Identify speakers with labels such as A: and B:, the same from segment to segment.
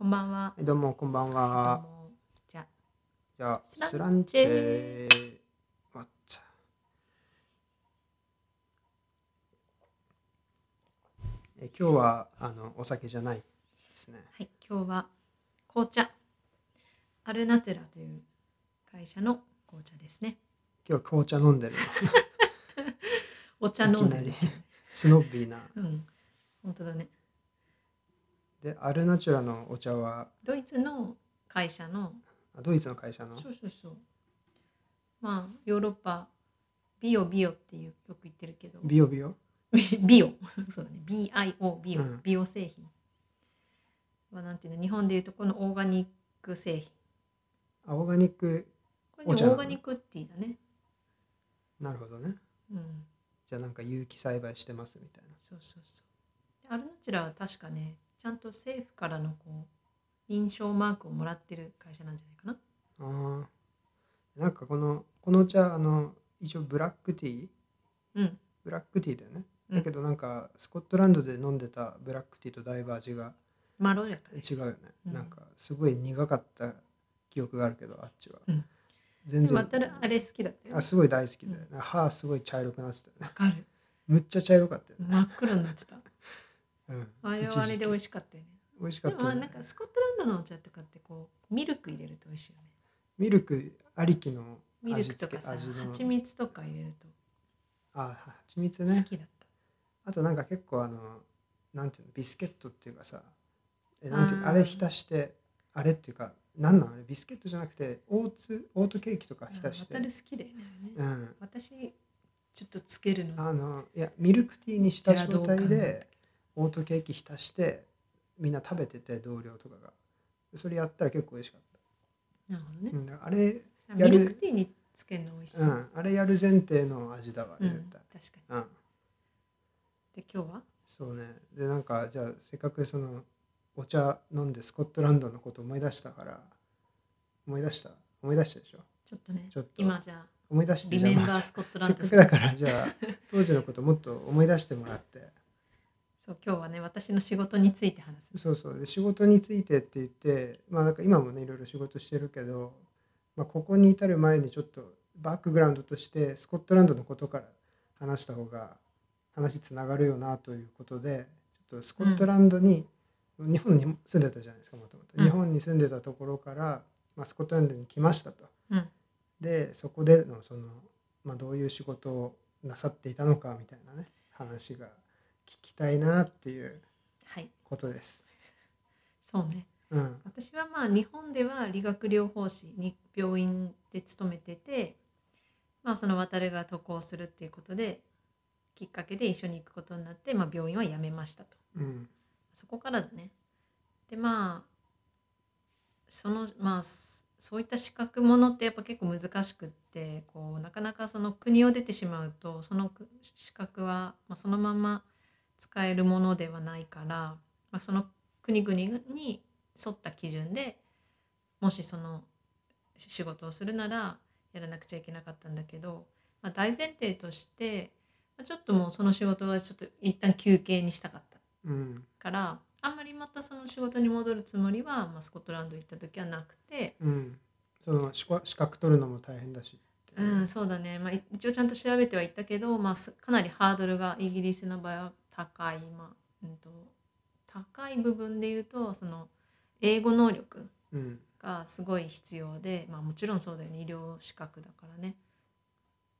A: ばんは。
B: どうもこんばん
A: どう
B: は。
A: もじゃあ
B: じゃあ
A: ス
B: ス
A: ラ
B: ラ
A: ン
B: ン
A: チ
B: チ
A: ェ
B: ェ抹茶。え今日はあのお酒じゃないですね。
A: はい、今日は紅茶。アルナトゥラという会社の紅茶ですね。
B: 今日紅茶飲んでる
A: お茶
B: の。
A: 飲
B: いき
A: ん
B: な
A: でる
B: り。スノビーな。
A: うん、本当だね。
B: でアルナチュラのお茶は
A: ドイツの会社の。
B: あドイツの会社の。
A: そうそうそう。まあ、ヨーロッパ。ビオビオっていう、よく言ってるけど。
B: ビオビオ。
A: ビオ。 そうだね。B. I. O. ビオ、
B: うん
A: 美容製品。まあ、なんていうの、日本でいうと、このオーガニック製品。
B: あオーガニック
A: これ
B: お
A: で
B: 茶
A: も
B: な
A: オーガ
B: の
A: ニックティーだね。
B: なるほどね。
A: うん。
B: じゃあなんか有機栽培してますみたいな。
A: そうそうそう。でアルナチュラは確かね、ちゃんと政府からのこう認証マークをもらってる会社なんじゃないかな。
B: ああ。なんかこのこのお茶あの一応ブラックティー。
A: うん。
B: ブラックティーだよね。
A: うん
B: だけどなんかスコットランドで飲んでたブラックティーとだいぶ味が
A: まろやかで。
B: 違うよね、
A: うん
B: なんかすごい苦かった記憶があるけどあっちは、
A: うん
B: 全
A: でも
B: 然
A: またあれ好きだったよ、
B: あ
A: ね。
B: すごい大好きで、
A: うん
B: なんか歯すごい茶色くなってたよ
A: わ
B: ね
A: かる。
B: むっちゃ茶色かったよね、
A: 真っ黒になってた。
B: うん、
A: あれはあれで美味
B: し
A: しかったよね。
B: 美味しか
A: で
B: っ
A: もま
B: た、
A: あ
B: ね
A: なんかスコットランドのお茶とかってこうミルク入れると美味しいよね。
B: ミルクありきの
A: ミルクとかさ、
B: 味付け味
A: 蜂
B: の
A: 蜜とか入れると
B: あ蜂蜜
A: 好
B: ね
A: きだった。
B: あとなんか結構あのなんていうのビスケットっていうかさえなんていう
A: あ
B: か
A: ー
B: あれ浸してあれっていうかなんなんあれビスケットじゃなくてオーツオートケーキとか
A: あ
B: 浸
A: ー
B: して
A: 渡る好きだよね。
B: うん
A: 私ちょっとつけるの。
B: あのいやミルクティーにした状態
A: ジェラドー感なんだ
B: でオートケーキ浸してみんな食べてて同僚とかがそれやったら結構美味しかっ
A: なるほどね
B: た、う。ん、あれ
A: あ
B: や
A: ミ
B: る
A: ルクティーにつけるの美味し
B: う
A: そう。
B: んあれやる前提の味だわあ
A: う
B: れ
A: ん、
B: 絶
A: 確か
B: 対
A: に。
B: うん、
A: で今日は
B: そうねでなんかじゃあせっかくそのお茶飲んでスコットランドのこと思い出したから思い出した思い出したでしょ
A: ちょっとね
B: ちょっと
A: 今じゃあ
B: 思い出して
A: リ
B: じゃ
A: メ
B: あ
A: ン
B: ま
A: バ
B: あ
A: ースコットラ
B: せ
A: ン
B: っ
A: ド
B: かくだからじゃあ当時のこともっと思い出してもらって
A: そう今日はね私の仕事について話す
B: そうそうで仕事についてって言ってまあなんか今もねいろいろ仕事してるけど、まあ、ここに至る前にちょっとバックグラウンドとしてスコットランドのことから話した方が話つながるよなということでちょっとスコットランドに、日本に住んでたじゃないですかもとも
A: う
B: と
A: ん
B: 日本に住んでたところから、まあ、スコットランドに来ましたと。
A: うん
B: でそこでのその、まあ、どういう仕事をなさっていたのかみたいなね話が聞きたいなっていう
A: はい
B: ことです。
A: そうね
B: うん
A: 私はまあ日本では理学療法士に病院で勤めててまあその渡るが渡航するっていうことできっかけで一緒に行くことになって、まあ、病院は辞めましたと
B: うん
A: そこからだねでまあそのまあそそういった資格ものってやっぱ結構難しくってこうなかなかその国を出てしまうとそのく資格は、まあ、そのまま使えるものではないから、まあ、その国々に沿った基準でもしそのし仕事をするならやらなくちゃいけなかったんだけど、まあ、大前提として、まあ、ちょっともうその仕事はちょっと一旦休憩にしたかった。
B: うん
A: からあんまりまたその仕事に戻るつもりは、まあ、スコットランド行った時はなくて、
B: うんその資格資格取るのも大変だしって
A: う、
B: いうん
A: そうだね、まあ、い一応ちゃんと調べてはいったけど、まあ、すかなりハードルがイギリスの場合は高い、まあうん、と高い部分で言うとその英語能力
B: うん
A: がすごい必要で、まあ、もちろんそうだよね医療資格だからね。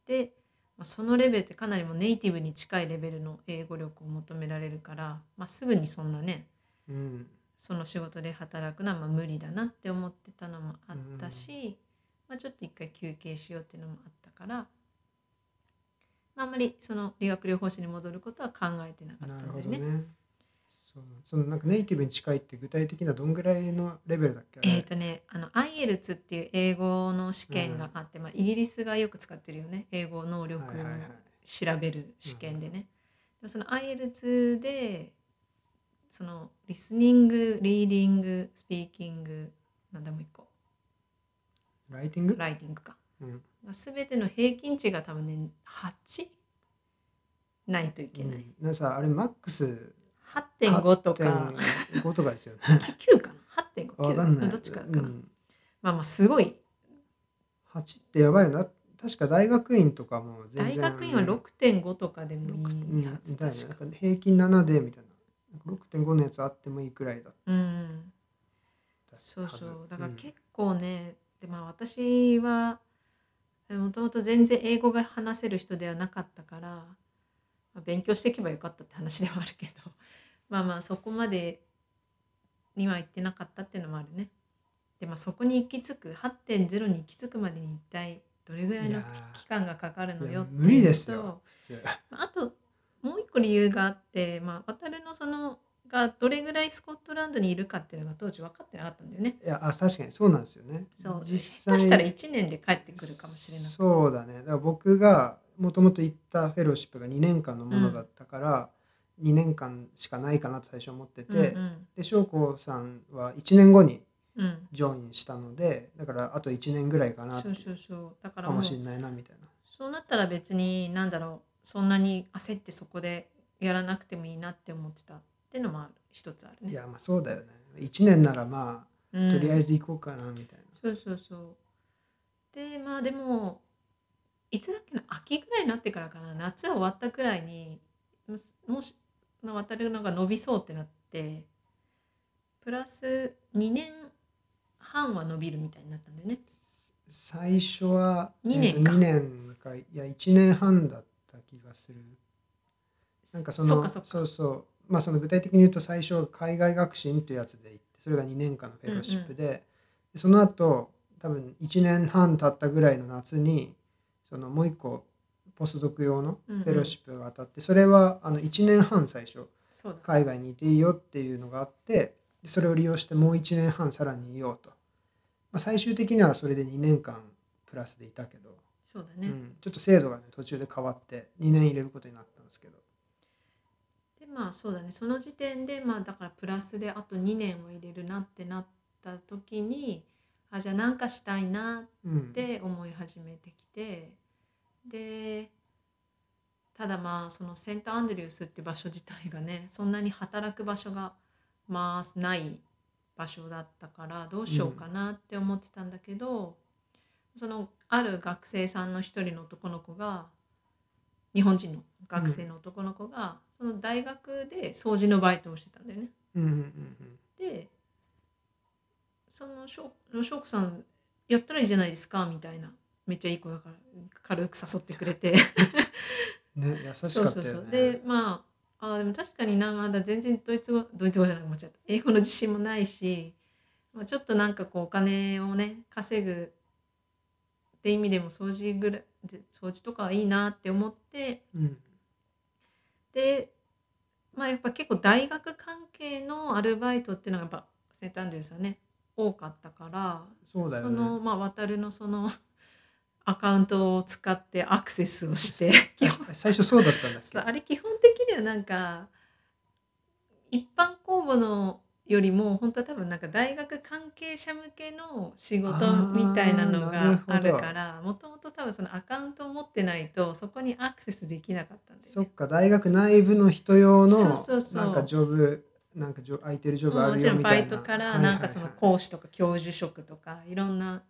A: で、まあ、そのレベルってかなりもうネイティブに近いレベルの英語力を求められるから、まあ、すぐにそんなね
B: うん
A: その仕事で働くのはまあ無理だなって思ってたのもあったし、まあ、ちょっと一回休憩しようっていうのもあったから、まあ、あんまりその理学療法士に戻ることは考えてなか
B: な
A: った
B: る
A: ん
B: ほ
A: で
B: ど
A: ね。
B: ねそのそのなんかネイティブに近いって具体的などんぐらいのレベルだっけ
A: えっ、とねあの IELTS っていう英語の試験があって、まあ、イギリスがよく使ってるよね英語能力
B: はいはいはい
A: の調べる試験でね。でもその IELTS でそのリスニングリーディングスピーキングなんでもう一個
B: ライティング
A: ライティングか。
B: うん
A: 全ての平均値が多分ね8ないといけ
B: う
A: ない、
B: んなんかさあれマックス
A: 8.5とか
B: 8.5とかですよね
A: 9かな
B: わかんない
A: 8.5どっちかかな、
B: うん、
A: まあまあすごい
B: 8ってやばいよな確か大学院とかも全
A: 大
B: 然
A: 学院は6.5とかでもい
B: うん
A: いはず
B: みたいな
A: 確
B: な
A: か
B: んか平均7でみたいななんか6.5のやつあってもいいくらいだっ
A: うん
B: たはず
A: そうそうだから
B: ん
A: 結構ね、でまあ私はもともと全然英語が話せる人ではなかったから、まあ勉強していけばよかったって話ではあるけど まあまあそこまでには行ってなかったっていうのもあるねでまあそこに行き着く8.0に行き着くまでに一体どれぐらい
B: い
A: の
B: やー
A: 期間がかかるの
B: い
A: よ
B: や
A: っていう
B: 無理です
A: のと
B: よ普通
A: まああともう一個理由があって、まあ、渡るのそのがどれぐらいスコットランドにいるかっていうのが当時分かってなかったんだよね。
B: いやあ確かにそうなんですよね
A: そう
B: 実
A: 下
B: 際
A: 手したら1年で帰ってくるかもしれない。
B: そうだねだから僕がもともと行ったフェローシップが2年間のものだったから、2年間しかないかなと最初思ってて、
A: うん
B: で翔子さんは1年後に
A: うんうん、
B: ジョインしたのでだからあと1年ぐらいかなって
A: そうそうそうだから
B: か
A: も
B: も
A: う
B: しれないなみたいな
A: そうなったら別に何だろうそんなに焦ってそこでやらなくてもいいなって思ってたっていうのもある一つあるね。
B: いやまあそうだよね1年ならま
A: うん
B: あとりあえず行こうかなみたいな、
A: そうそうそう。でまあでもいつだっけな秋ぐらいになってからかな夏終わったくらいにもしもしの渡るのが伸びそうってなってプラス2年半は伸びるみたいになったんだよね。
B: 最初は
A: 二年か
B: えーと二年かいや1年半だった気がするなんかその
A: そうかそうか
B: そうそうまあその具体的に言うと最初海外学習院っていうやつで行ってそれが2年間のフェローシップで,で、その後多分1年半経ったぐらいの夏にそのもう一個ポスドク用の
A: うんうん
B: フェローシップが当たって、それはあの1年半最初
A: そうだ。
B: 海外にいていいよっていうのがあってでそれを利用してもう1年半さらにいようと、まあ、最終的にはそれで2年間プラスでいたけど、
A: そうだ
B: う
A: ね。
B: ん、ちょっと制度がね途中で変わって2年入れることになったんですけど
A: でまあそうだねその時点でまあだからプラスであと2年を入れるなってなった時にあじゃあなんかしたいなっ
B: うん
A: って思い始めてきてでただまあそのセントアンドリュースって場所自体がねそんなに働く場所がまあない場所だったからどうしようかなって思ってたんだけど、そのある学生さんの一人の男の子が日本人の学生の男の子が、その大学で掃除のバイトをしてたんだよね。
B: うんうんうん
A: でそのショショークさんやったらいいじゃないですかみたいなめっちゃいい子だから軽く誘ってくれて
B: うんね優しかった
A: そう
B: よね
A: そうそうでまああーでも確かになまだ全然ドイツ語ドイツ語じゃない間違った英語の自信もないし、まあ、ちょっとなんかこうお金をね稼ぐって意味でも掃除ぐらいで掃除とかはいいなって思って
B: うん
A: でまあやっぱ結構大学関係のアルバイトっていうのがやっぱセントアンドリュースはね多かったから
B: そうだよね
A: のまあ渡るのその アカウントを使ってアクセスをして 基本
B: 最初そうだったんだ っ
A: そうあ
B: け
A: れ基本的にはなんか一般公募のよりも本当は多分なんか大学関係者向けの仕事みたいなの
B: あーなる
A: が
B: ほど
A: あるからもともと多分そのアカウントを持ってないとそこにアクセスできなかったんだよ
B: そ
A: ね
B: っ。か大学内部の人用の
A: そうそうそう
B: なんかジョブなんかジョ空いてるジョブ
A: も
B: あ
A: うも
B: る
A: ち
B: よ
A: ろん
B: み
A: バ
B: たいな
A: イトから
B: はいはいはい
A: なんかその講師とか教授職とかいろんな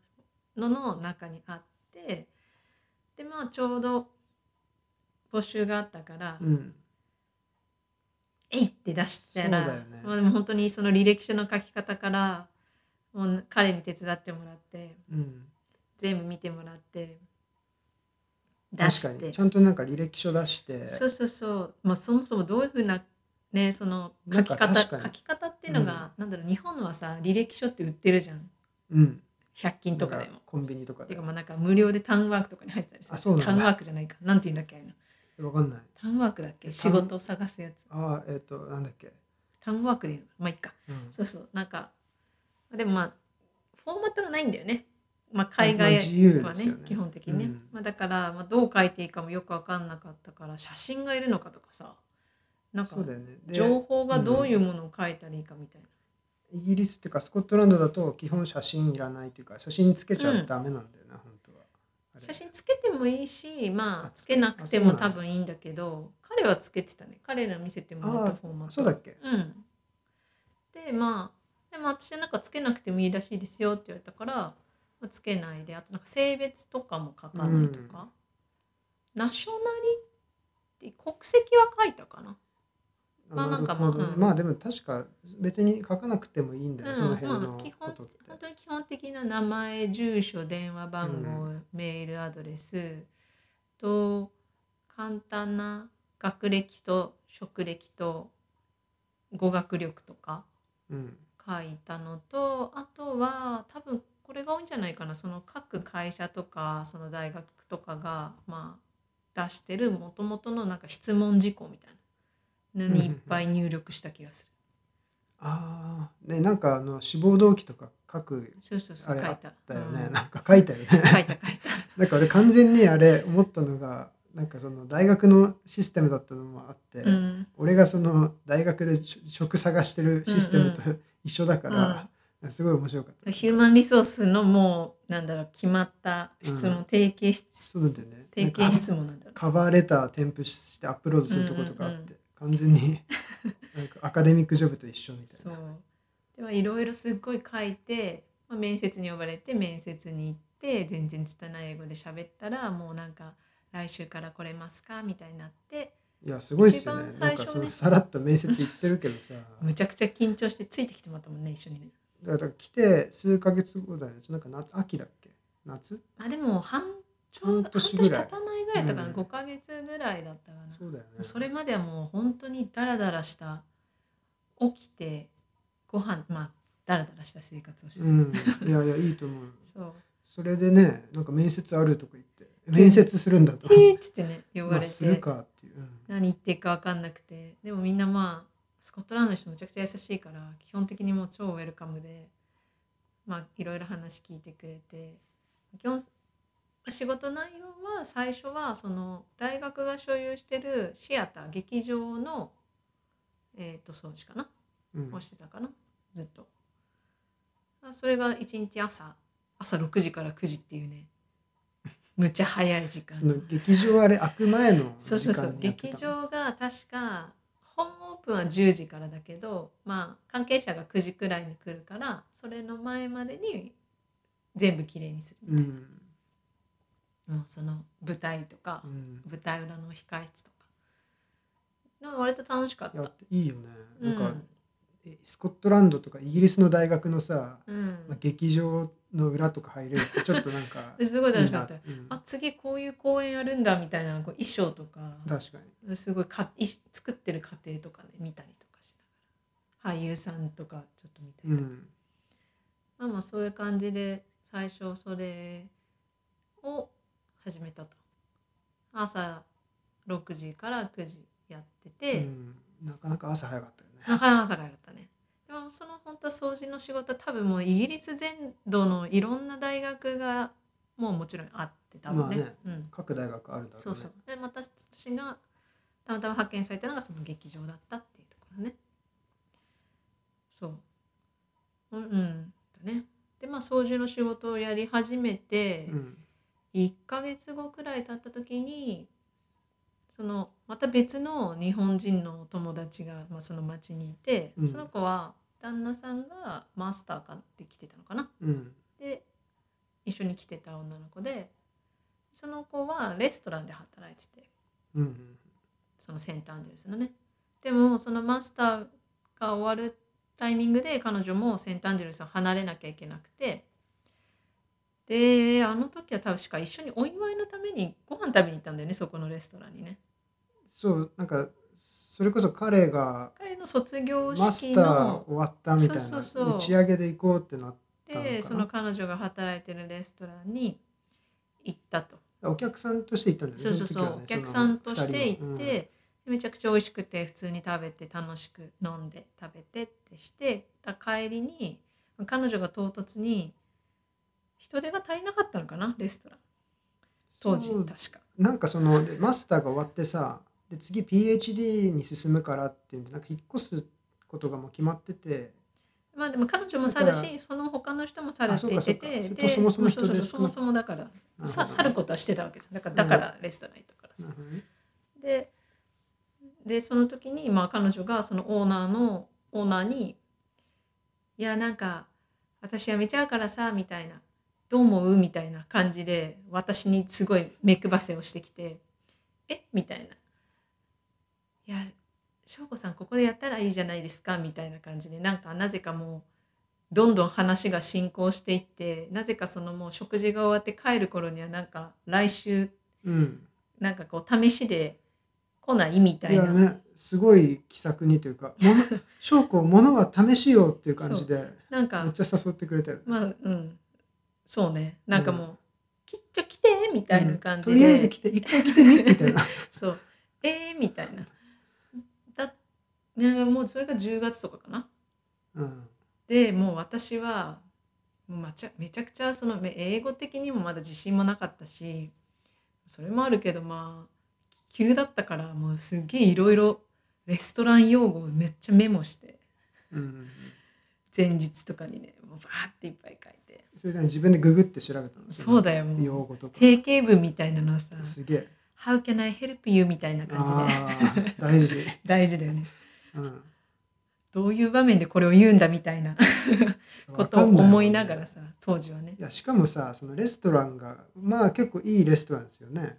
A: のの中にあってでまあちょうど募集があったから「
B: うん
A: えい!」って出した
B: そうだ
A: ら、
B: よね
A: まあでも本当にその履歴書の書き方からもう彼に手伝ってもらって
B: うん
A: 全部見てもらって出
B: 確か
A: して
B: にちゃんとなんか履歴書出して
A: そうそうそう、まあ、そもそもどういうふうな、ね、その
B: な
A: 書
B: ん
A: き
B: か
A: 方
B: 確かに
A: 書き方っていうのが、なんだろう日本のはさ履歴書って売ってるじゃん
B: うん
A: 100均とかでも。
B: コンビニとか
A: て
B: で
A: かまあなんか無料でタウンワークとかに入ってたりする
B: あそうなんだ
A: タウンワークじゃないかなんて言うんだっけあれの
B: わかんない
A: タウンワークだっけ
B: え
A: 仕事を探すやつ
B: ああえっ、となんだっけ、
A: タウンワークで言うのまあいっか
B: うん
A: そうそうなんかでもまあフォーマットがないんだよね、まあ、海外
B: まあ自由
A: は
B: で
A: ね,、
B: すよね
A: 基本的にね、
B: うん
A: まあ、だから、まあ、どう書いていいかもよく分かんなかったから写真がいるのかとかさなんか
B: そうだよねで
A: 情報がどういうものを書いたらいいかみたいな、
B: イギリスっていうかスコットランドだと基本写真いらないというか写真つけちゃダメなんだよな、本当はあれ
A: 写真つけてもいいしまあ
B: あ
A: つ
B: つ
A: け
B: け
A: なくても
B: あそ
A: 多
B: うなんだ
A: 分いいんだけど彼はつけてたね彼ら見せてもらったフォーマット
B: そうだっけ
A: うん、でまあでもも私はなんかつけなくてもいいらしいですよって言われたから、まあつけないであとなんか性別とかも書かないとか、ナショナリティ国籍は書いたかなまあなんかまあ
B: なるほどね
A: うん
B: まあでも確か別に書かなくてもいいんだよ、
A: うん
B: その辺の
A: まあ基
B: こ
A: 本
B: とって。
A: 本当に基本的な名前住所電話番号、
B: う
A: メールアドレスと簡単な学歴と職歴と語学力とか
B: うん
A: 書いたのとあとは多分これが多いんじゃないかなその各会社とかその大学とかが、まあ、出してるもともとのなんか質問事項みたいなのにいっぱい入力した気がする。
B: ああ、ね、なんかあの志望動機とか書く
A: そうそうそう
B: あ
A: 書
B: れ
A: い
B: あ
A: た
B: っ。だよね、
A: うん
B: なんか書いたよね。
A: 書いた書いた。
B: なんか俺完全にあれ思ったのがなんかその大学のシステムだったのもあって、
A: うん
B: 俺がその大学でちょ職探してるシステムと一緒だから、すごい面白かった。
A: ヒューマンリソースのもうなんだろう決まった質問、
B: うん
A: 定型質
B: そうだよね。
A: 定
B: な
A: 型
B: んか
A: 質問なんだろう
B: カバーレター添付してアップロードするとことかあって、
A: うんうん
B: 完 全になんかアカデミックジョブと一緒みたい
A: そう
B: な。
A: ではいろいろすっごい書いて、まあ、面接に呼ばれて面接に行って全然拙い英語で喋ったらもうなんか来週から来れますかみたいになって
B: いやすごいっすよね。
A: 一番
B: な
A: 最
B: ん
A: 初ね
B: かそのさらっと面接行ってるけどさ、
A: むちゃくちゃ緊張してついてきてもらったもんね一緒にね
B: だから来て数ヶ月後だよね。なんか夏秋だっけ？夏？
A: あでも半ちょうど
B: 半年
A: 半
B: ぐ
A: 年
B: らい
A: 経たないぐらいだったかな、
B: うん
A: 5ヶ月ぐらいだったかな
B: そうだよね。
A: それまではもう本当にダラダラした起きてご飯まあダラダラした生活をしてた、
B: うん。いやいやいいと思う。
A: そう
B: それでね、なんか面接あるとか言って、面接するんだと。
A: へーっつってね呼ば
B: まあ
A: れ
B: す
A: て、
B: るかっていう。うん
A: 何言ってるか分かんなくてでもみんなまあスコットランドの人むちゃくちゃ優しいから基本的にもう超ウェルカムでまあいろいろ話聞いてくれて基本仕事内容は最初はその大学が所有してるシアター劇場のえっ、と掃除かな
B: うん
A: をしてたかなずっとあそれが一日朝朝6時から9時っていう ねむちゃ早い時間
B: その劇場あれ開く前の
A: そうそうそう
B: にやって
A: 劇
B: た
A: 場が確か本オープンは10時からだけどまあ関係者が9時くらいに来るからそれの前までに全部きれいにする、
B: うん。
A: もうその舞台とか、
B: うん。
A: 舞台裏の控室とかでも割と楽しかっ
B: いや
A: た。
B: いいよね。なん
A: う
B: か、
A: ん
B: えスコットランドとかイギリスの大学のさ、
A: うん
B: まあ、劇場の裏とか入れるってちょっとなん か
A: すごい楽しかった
B: いいなうん
A: あ次こういう公演やるんだみたいなこう衣装とか
B: 確かに
A: すごいかい作ってる過程とかね見たりとかしながら俳優さんとかちょっと見たり
B: う
A: とか、
B: ん
A: まあまあそういう感じで最初それを始めたと朝6時から9時やって
B: う
A: て、
B: ん、なかなか朝早かったよね
A: なかなか朝からだったねでもその本当は掃除の仕事は多分もうイギリス全土のいろんな大学がもうもちろんあって多分ね,、
B: まあね
A: うん、
B: 各大学あるんだろうね
A: そうそうでまた私がたまたま発見されたのがその劇場だったっていうところねそううんうんだねでまあ操縦の仕事をやり始めて
B: うん
A: 1ヶ月後くらい経った時にそのまた別の日本人のお友達が、まあ、その町にいて、
B: うん
A: その子は旦那さんがマスターかって来てたのかな
B: うん
A: で一緒に来てた女の子でその子はレストランで働いてて
B: うんうん
A: そのセントアンジェルスのねでもそのマスターが終わるタイミングで彼女もセントアンジェルスを離れなきゃいけなくてであの時は確か一緒にお祝いのためにご飯食べに行ったんだよねそこのレストランにね
B: そうなんかそれこそ彼が
A: 彼の卒業
B: マス
A: 式
B: ター
A: の
B: 終わったみたいな
A: そうそうそう
B: 打ち上げで行こうってなっー
A: で
B: だった
A: そ
B: の
A: の彼女が働いてるレストランに行ったと
B: お客さんとして行ったんだ
A: そ
B: よね
A: うそうそう、
B: の時はね
A: お客さんとして
B: その
A: 行っ
B: 二人の
A: て、めちゃくちゃ美味しくて普通に食べて楽しく飲んで食べてってしてた帰りに彼女が唐突に人手が足りなかったのかなレストラン
B: う
A: 当
B: ん
A: 時
B: そう
A: 確か
B: なんかそのでマスターが終わってさで次 PhD に進むからっていうんでなんか引っ越すことがもう決まってて
A: まあでも彼女も去る
B: だか
A: しその他の人も去るって言
B: あ
A: っ
B: そ
A: て
B: うか
A: て
B: そうか
A: で
B: そもそも人手
A: ううう
B: 少
A: そ
B: な
A: も
B: い
A: そもだから
B: ほど
A: さ去ることはしてたわけじゃんだからだからレストラン行ったからさ、
B: なるほどね
A: ででその時に、まあ、彼女がそのオーナーのオーナーにいやなんか私辞めちゃうからさみたいなどう思うみたいな感じで私にすごい目配せをしてきてえみたいないや翔子さんここでやったらいいじゃないですかみたいな感じでなんかなぜかもうどんどん話が進行していってなぜかそのもう食事が終わって帰る頃にはなんか来週
B: うん、
A: なんかこう試しで来ないみた
B: い
A: い
B: や
A: な、
B: ねすごい気さくにというか もの翔子ものは試しようっていう感じで
A: なん
B: めっ
A: か
B: ちゃ誘ってくれたよね、
A: まあうんそうねなんかもう、きっちょ来てみたいな感じ
B: う
A: で、
B: んとりあえず来て一回来てみみた いな
A: そうえー、みたいなだ、ね、もうそれが10月とかかな
B: うん
A: でもう私はもうまちゃめちゃくちゃそのめ英語的にもまだ自信もなかったしそれもあるけどまあ急だったからもうすっげえいろいろレストラン用語をめっちゃメモして
B: うん
A: 前日とかにねもうバーっていっぱい書いて
B: それで自分でググって調べたの
A: そうだよもう
B: 用語とか
A: 定型文みたいなのはさ
B: すげえ
A: 「How can I help you?」みたいな感じで
B: あー大事、
A: 大事だよね
B: うん、
A: どういう場面でこれを言うんだみたいな ことを思いながらさ当時はね
B: いやしかもさそのレストランがまあ結構いいレストランですよね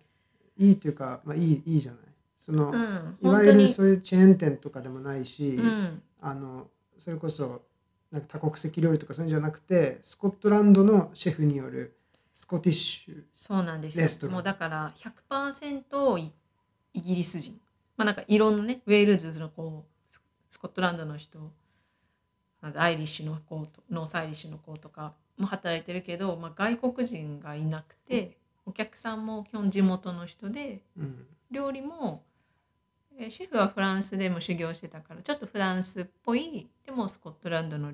B: いいっていうか、まあ、いいいいじゃないその、
A: うん
B: いわ
A: 本
B: ゆ
A: 当
B: る
A: に
B: そういうチェーン店とかでもないし、
A: うん
B: あのそれこそなんか多国籍料理とかそういうんじゃなくてスコットランドのシェフによるスコティッシュ
A: そうなんです
B: レスト
A: よ。
B: ラン
A: もうだから100%イイギリス人。まあなんかいろんなね、ウェールズのこう、ススコットランドの人、あとアイリッシュの子と、ノースアイリッシュの子とかも働いてるけど、まあ外国人がいなくて、お客さんも基本地元の人で、
B: うん
A: 料理も、えーシェフはフランスでも修行してたから、ちょっとフランスっぽい、でもスコットランドの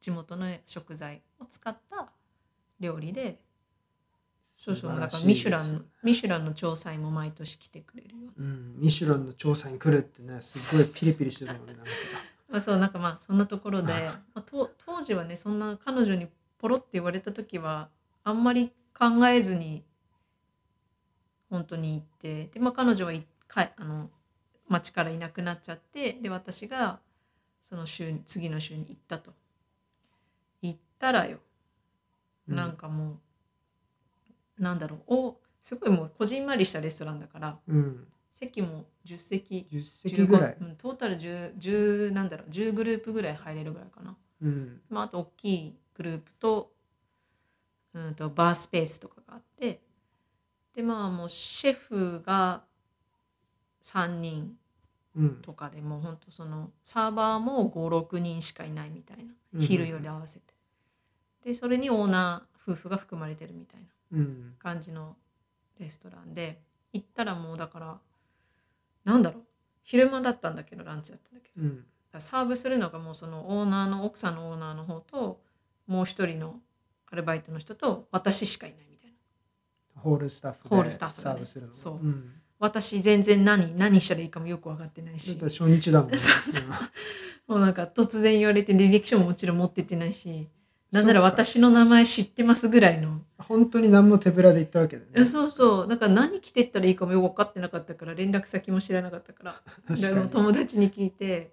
A: 地元の食材を使った料理で、そうそう、だからミシュランの、ミシュランの調査員も毎年来てくれるよ。
B: うん、ミシュランの調査に来るってねすごいピリピリしてたもんねなんか
A: まあ、そう、なんか、まあ、そんなところで、
B: あ
A: まあ、と、当時はね、そんな彼女にポロって言われた時は。あんまり考えずに。本当に行って、で、まあ、彼女はい、か、あの。町からいなくなっちゃって、で、私が。その週に、次の週に行ったと。行ったらよ。
B: うん
A: なんかもう。なんだろう、お、すごいもうこじんまりしたレストランだから。
B: うん、
A: 席も10席
B: 10席ぐらい
A: 15、うん、トータル 10, 10なんだろう10グループぐらい入れるぐらいかな、
B: うん
A: まあ、あと大きいグループとうんとバースペースとかがあってでまあもうシェフが3人
B: うん、
A: とかでもうほんとそのサーバーも56人しかいないみたい
B: うん
A: な昼夜で合わせて、でそれにオーナー夫婦が含まれてるみたいな
B: うん、
A: 感じのレストランで行ったらもうだからなんだろう昼間だったんだけどランチだったんだけど
B: うん、
A: だからサーブするのがもうそのオーナーの奥さんのオーナーの方ともう一人のアルバイトの人と私しかいないみたいな
B: ホールスタッフで
A: ホールスタッフでね
B: サーブするの、
A: そうん私全然何何したらいいかもよく分かってない
B: だっ
A: した
B: ら初日だもんね
A: そうそうそうもうなんか突然言われて履歴書ももちろん持ってってないしなんなら
B: そっか
A: 私の名前知ってますぐらいの
B: 本当に何も手ぶらで行ったわけだよ
A: え
B: ね
A: そうそうだから何着てったらいいかもよく分かってなかったから連絡先も知らなかったから
B: 確
A: で
B: か
A: も
B: に
A: 友達に聞いて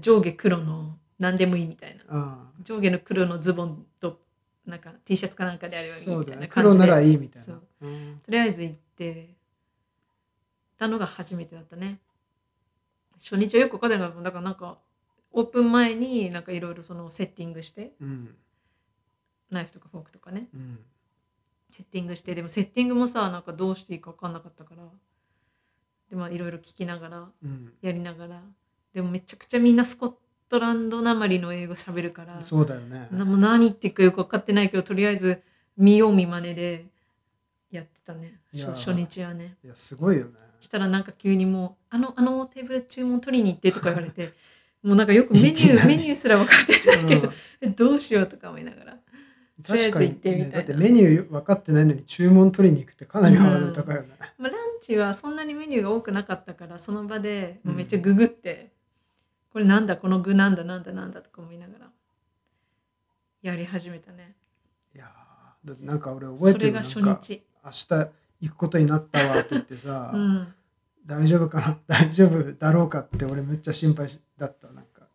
A: 上下黒の何でもいいみたいな
B: ああ
A: 上下の黒のズボンとなんか T シャツかなんかであればいい
B: そ
A: み
B: う
A: た
B: だ
A: いな
B: ね
A: 感
B: 黒
A: じで、
B: ならいいみたい
A: そ
B: な
A: う
B: うん
A: とりあえず行ってたのが初めてだったね初日はよく分かんなかっただからなんかオープン前になんかいろいろそのセッティングして
B: うん
A: ナイフとかフォークとかね
B: うん
A: セッティングしてでもセッティングもさなんかどうしていいか分かんなかったからでまあいろいろ聞きながら
B: うん
A: やりながらでもめちゃくちゃみんなスコットランドなまりの英語喋るから
B: そうだよね
A: なもう何言ってるかよく分かってないけどとりあえず見よう見まねでやってたね
B: いや
A: 初初日はね
B: いやすごいよね
A: したらなんか急にもう「あのあのテーブル注文取りに行って」とか言われ てもうなんかよくメニ
B: いき
A: ュー
B: なり
A: メニューすら分かってない けど、
B: う
A: え どうしようとか思いながら
B: ん
A: とりあえ
B: 確
A: ず
B: か
A: 行っ
B: に
A: てみたいな
B: ねだってメニュー分かってないのに注文取りに行くってかなりハードル高いよね
A: まあ、ランチはそんなにメニューが多くなかったからその場で
B: うん
A: もうめっちゃググって、これなんだこの具なんだなんだなんだとか思いながらやり始めたね
B: いやーだってなんか俺覚え
A: そ
B: て
A: れ
B: る
A: が
B: なん
A: 初
B: か
A: 日
B: 明日行くことになったわって言ってさ
A: うん
B: 大丈夫かな大丈夫だろうかって俺めっちゃ心配だったなんか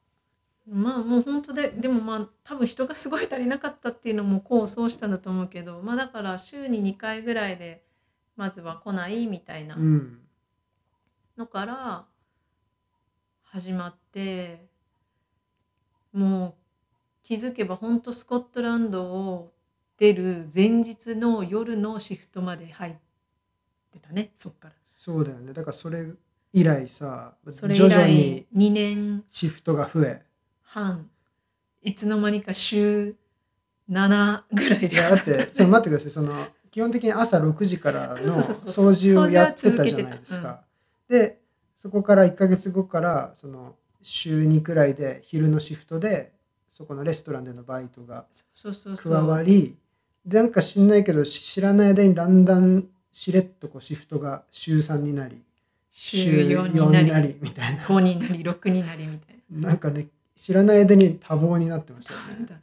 A: まあもう本当ででもまあ多分人がすごい足りなかったっていうのも功を奏したんだと思うけどまあだから週に2回ぐらいでまずは来ないみたいな
B: うん
A: のから始まってもう気づけば本当スコットランドを出る前日の夜のシフトまで入ってたねそっから。
B: そうだよねだからそれ以来さ
A: それ以
B: 徐々に
A: 来2年
B: シフトが増え
A: 半いつの間にか週7ぐらい
B: い
A: で
B: やだ ってその待ってくださいその基本的に朝6時からの
A: そうそうそう
B: 掃除をやってたじゃないですか。でそこから1ヶ月後からその週2くらいで昼のシフトでそこのレストランでのバイトが
A: そうそう
B: 加
A: そう
B: わりでなんか知んないけどし知らない間にだんだんしれっとこうシフトが週3になり
A: 週4になり
B: 週四にみたいな
A: 5になり6になりみたいな。
B: なんかね知らない間に多忙になってましたよね。
A: だか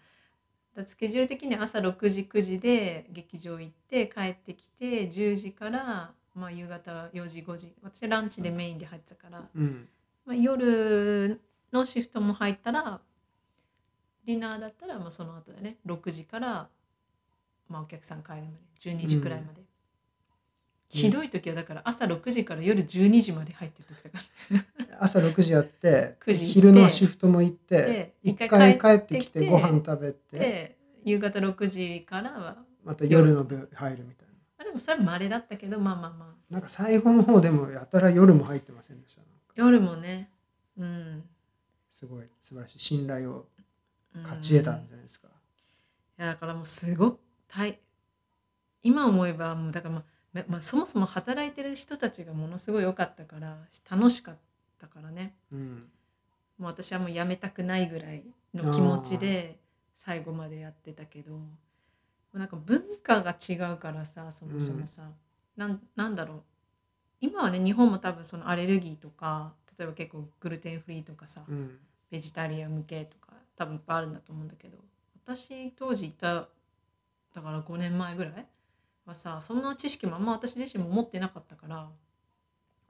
A: らスケジュール的には朝6時9時で劇場行って帰ってきて10時から、まあ、夕方4時5時私ランチでメインで入ってたから、
B: うん、
A: まあ、夜のシフトも入ったらディナーだったらまあその後だね6時から、まあ、お客さん帰るまで12時くらいまで、ひどい時はだから朝6時から夜12時まで入ってる時だから
B: 朝6時やって
A: 9時行って
B: 昼のシフトも行って
A: で
B: 一
A: 一
B: 回
A: 回
B: 帰ってき
A: 帰
B: て
A: ってきて
B: ご飯食べて
A: で夕方6時からは
B: また夜の部入るみたい
A: あでもそれは稀だったけどまあまあまあ
B: ななんか最後の方でもやたら夜も入ってませんでしたなんか
A: 夜もねうん
B: すごい素晴らしい信頼を
A: うん
B: 勝ち得たんじゃないですか、
A: いやだからもうすごく大今思えばもうだからまあ、ままあ、そもそも働いてる人たちがものすごい良かったから楽しかったからね
B: うん
A: もう私はもう辞めたくないぐらいの気持ちで最後までやってたけどもうなんか文化が違うからさそもそもさ、なんなんだろう今はね日本も多分そのアレルギーとか例えば結構グルテンフリーとかさ、
B: うん
A: ベジタリアン向けとか多分いっぱいあるんだと思うんだけど私当時行っただから5年前ぐらいはさそんな知識もあんま私自身も持ってなかったから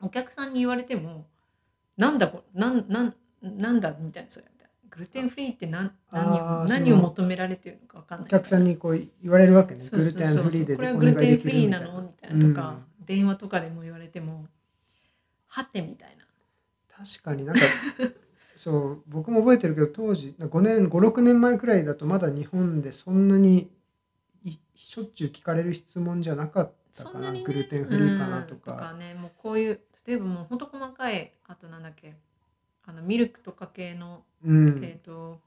A: お客さんに言われても「なんだこなんなんなんだ」みたいなそれみたいなグルテンフリーって何何
B: あ
A: を
B: ー
A: 何を
B: その
A: 求められてるのか分かん
B: お
A: ない
B: 客さんにこう言われるわけね
A: そ
B: グ
A: う
B: ル
A: そう
B: テン
A: そう
B: フリ
A: そう
B: ーで
A: これは
B: お
A: グル
B: 願
A: テ
B: いで
A: ン
B: き
A: フ
B: る
A: リー
B: み
A: な
B: たい
A: の
B: な
A: みたいなとか、電話とかでも言われてもはてみたいな
B: 確かになんかそう僕も覚えてるけど当時5年56年前くらいだとまだ日本でそんなにいしょっちゅう聞かれる質問じゃなかった
A: そ
B: か
A: ん
B: な
A: なにね
B: グルテンフリーかなと
A: うんとか
B: か、
A: ねもうこういう例えばもうほんと細かいあとなんだっけあのミルクとか系の、
B: うん
A: えっ、と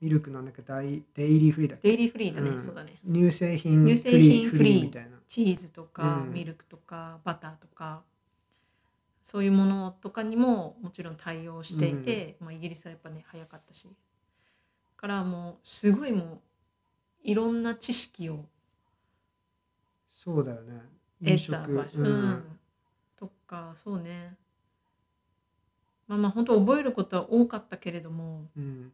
B: ミルクなんだっけダイデイリーフリーだっけ
A: デイリーフリーだね、
B: うん
A: そうだね
B: 乳製品フリ
A: 乳製品
B: ー
A: フ
B: フ
A: リー
B: リーみたいな
A: チーズとか、
B: うん
A: ミルクとかバターとかそういうものとかにももちろん対応していて、まあ、イギリスはやっぱね早かったしだからもうすごいもういろんな知識を
B: そうだよね飲
A: 得た
B: 食
A: 場所、
B: うん
A: うん、とかそうねまあまあ本当覚えることは多かったけれども
B: うん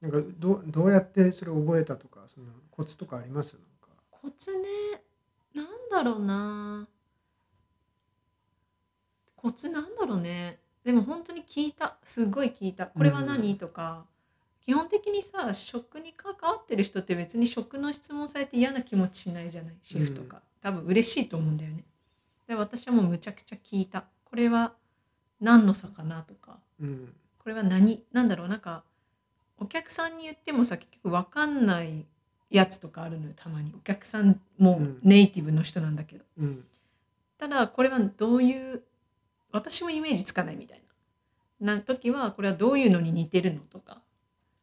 B: なんかどどうやってそれを覚えたとかそのコツとかありますなんか
A: コツねなんだろうなコツなんだろうねでも本当に聞いたすごい聞いたこれは何、
B: うん
A: とか基本的にさ食に関わってる人って別に食の質問されて嫌な気持ちしないじゃないシェフとか、多分嬉しいと思うんだよねで私はもうむちゃくちゃ聞いたこれは何の魚とか
B: うん
A: これは何なんだろうなんかお客さんに言ってもさ結局わかんないやつとかあるのよたまにお客さんも
B: うん
A: ネイティブの人なんだけど、
B: うん
A: ただこれはどういう私もイメージつかないみたいなな時はこれはどういうのに似てるのとか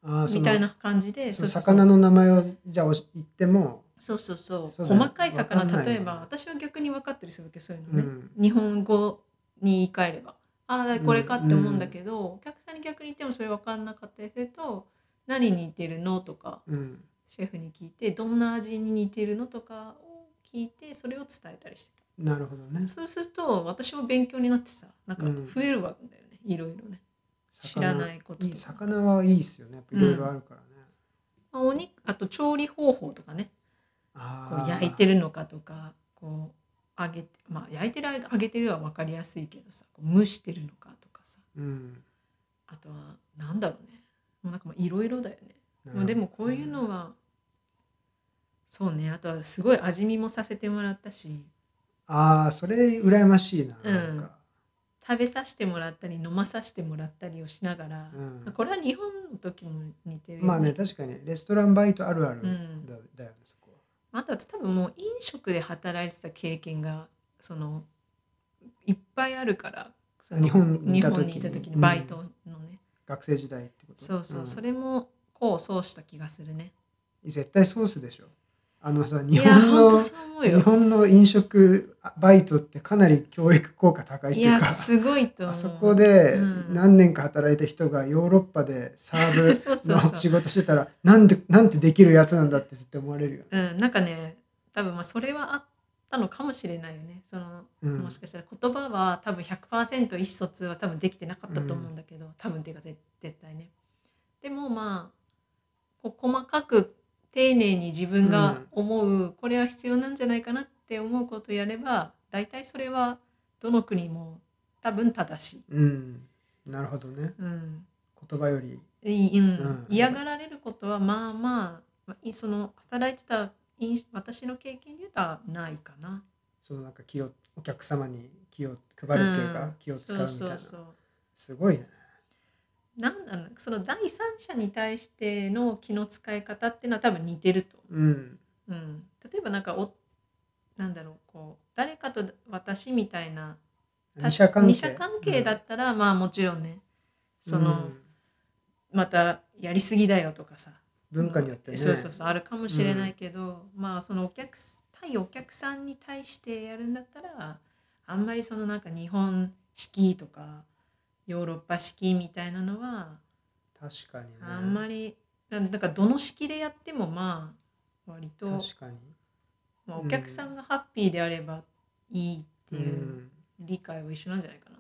B: あーその
A: みたいな感じで
B: その
A: そうそうそう
B: 魚の名前をじゃあおし言っても、
A: そうそうそう
B: そうだね
A: 細かい魚
B: わかんない
A: 例えば私は逆に分かったりするわけそういうの
B: う
A: ね、
B: ん、
A: 日本語に言い換えればああこれかって思うんだけど、お客さんに逆に言ってもそれ分かんなかったりすると何に似てるのとか
B: うん、
A: シェフに聞いてどんな味に似てるのとかを聞いてそれを伝えたりして
B: なるほどね
A: たそうすると私も勉強になってさなんか
B: うん
A: 増えるわけだよね、いろいろね知らないこと
B: い
A: と
B: い
A: か
B: 魚はいいっすよねやっぱいろいろあるからね、
A: まあお肉あと調理方法とかねこ
B: あ
A: う
B: あ
A: 焼いてるのかとかこう揚げてまあ焼いてる揚げてるは分かりやすいけどさこう蒸してるのかとかさ
B: うん
A: あとはなんだろうねもうなんかもういろいろだよね。
B: なるほ
A: ま
B: ど
A: あでもこういうのは、そうねあとはすごい味見もさせてもらったし
B: ああそれ羨ましいななんか、
A: 食べさせてもらったり飲まさせてもらったりをしながら、
B: うん
A: まあこれは日本の時も似てるよ
B: まあね確かにレストランバイトあるあるだ,、
A: うん
B: だよねそこは
A: あとは多分もう飲食で働いてた経験がそのいっぱいあるからその
B: 日本にい
A: 日
B: た時
A: 本
B: に
A: にいた時に
B: うん
A: バイトのね、
B: 学生時代ってこと
A: そうそう、
B: ん
A: それも功を奏した気がするね
B: 絶対ソースでしょあのさ
A: い
B: 日
A: や
B: 本
A: 本
B: の
A: 当そう思う
B: 日
A: よ
B: 本の飲食バイトってかなり教育効果高いって
A: い
B: いう
A: や
B: か
A: すごいと思う
B: あそこで
A: うん
B: 何年か働いた人がヨーロッパでサー
A: そう
B: ブ
A: そうそう
B: の仕事してたらなんでなんてできるやつなんだって絶対思われるよね。
A: うん、なんかね多分まあそれはあったのかもしれないよねその、
B: うん
A: もしかしたら言葉は多分100%意思疎通は多分できてなかったと思うんだけど、多分っていうか絶絶対ねでもまあこう細かく丁寧に自分が思う、これは必要なんじゃないかなって思うことをやれば大体それはどの国も多分正しい、
B: うん、なるほどね
A: うん、
B: 言葉より
A: いうん
B: ん
A: 嫌がられることはまあまあまあいその働いてた飲食私の経験で言うとはないかな。
B: そのなんか気をお客様に気を配るというか、
A: ん
B: 気を使うみたいな
A: そうそうそう
B: すごいね。
A: なんなんだその第三者に対しての気の使い方っていうのは多分似てると思
B: うん
A: う、うん、例えばなんかおなんだろうこう誰かと私みたいなた
B: 二者関係
A: 二者関係だったら、まあもちろんねその、
B: うん
A: またやりすぎだよとかさ
B: 文化によってね、
A: そうそうそうあるかもしれないけど、まあそのお客す対お客さんに対してやるんだったらあんまりそのなんか日本式とかヨーロッパ式みたいなのは
B: 確かにね
A: あんまり、なんなんかどの式でやってもまあ割と、
B: 確かに
A: まあ、お客さんがハッピーであればいいっていううん理解は一緒なんじゃないかな。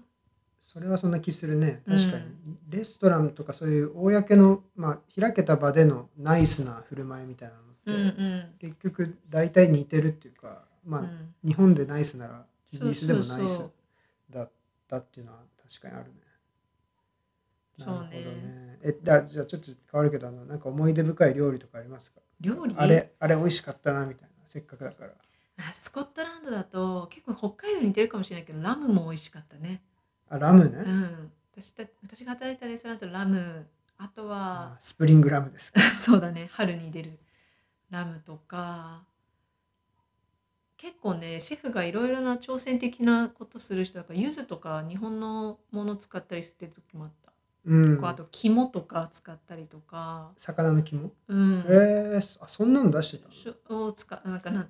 B: それはそんな気するね
A: うん
B: 確かに、レストランとかそういう公の、まあ、開けた場でのナイスな振る舞いみたい
A: う
B: な
A: ん
B: のって、
A: うん
B: 結局大体似てるっていうか、まあ
A: うん
B: 日本でナイスならイギ
A: そう
B: リスで
A: そ
B: も
A: う
B: ナ
A: そう
B: イスだったっていうのは確かにあるね。
A: そうね
B: なるほどねえだじゃあちょっと変わるけどあのなんか思い出深い料理とかありますか
A: 料理
B: あれあれ美味しかったなみたいなせっかくだから
A: あスコットランドだと結構北海道に似てるかもしれないけどラムも美味しかったね。
B: あラムね、
A: うん、私た私が働いてたレストランだとラムあと
B: あ
A: は
B: スプリングラムですか
A: そうだね春に出るラムとか結構ねシェフがいろいろな挑戦的なことする人だから柚子とか日本のもの使ったりしてる時もあった、
B: うん
A: あと肝とか使ったりとか、
B: 魚の肝
A: うん
B: えー、そあそんなの出してたの
A: しょを使うなんかなんだ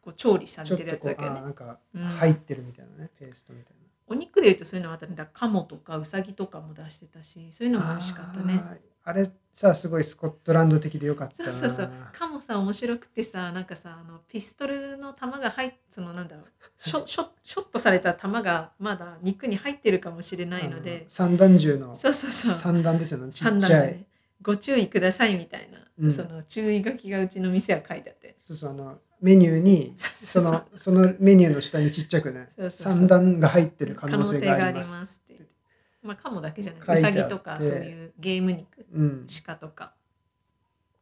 A: こう調理され
B: ちょって
A: る
B: と
A: やつ
B: こう
A: だけ
B: あ
A: ど
B: ー
A: ね
B: なんか
A: うん
B: 入ってるみたいなね、ペーストみたいな
A: お肉でいうとそういうのもあったねだから鴨とかウサギとかも出してたしそういうのも美味しかったね
B: あーあれさすごいスコットランド的でよかった
A: そう
B: な
A: そうそう。かもさ面白くてさなんかさあのピストルの弾が入っそのなんだろうショショショットされた弾がまだ肉に入ってるかもしれないの
B: あ
A: で
B: 三段銃の
A: そうそうそう
B: 三段ですよねち
A: 三
B: っ
A: 段
B: ちゃ
A: で
B: い、
A: ねご注意くださいみたいな、
B: うん
A: その注意書きがうちの店は書いてあって
B: そうそうあのメニューに
A: そ
B: そのそのメニューの下にちっちゃくね
A: そうそうそう
B: 三段が入ってる可
A: 可
B: 能
A: 能
B: 性
A: 性
B: が
A: が
B: あ
A: あ
B: り
A: り
B: ま
A: ますすって言ってまあカモだけじゃない
B: 書い
A: ウサ
B: てあって
A: ギとかそういうゲーム肉
B: うん、
A: 鹿とか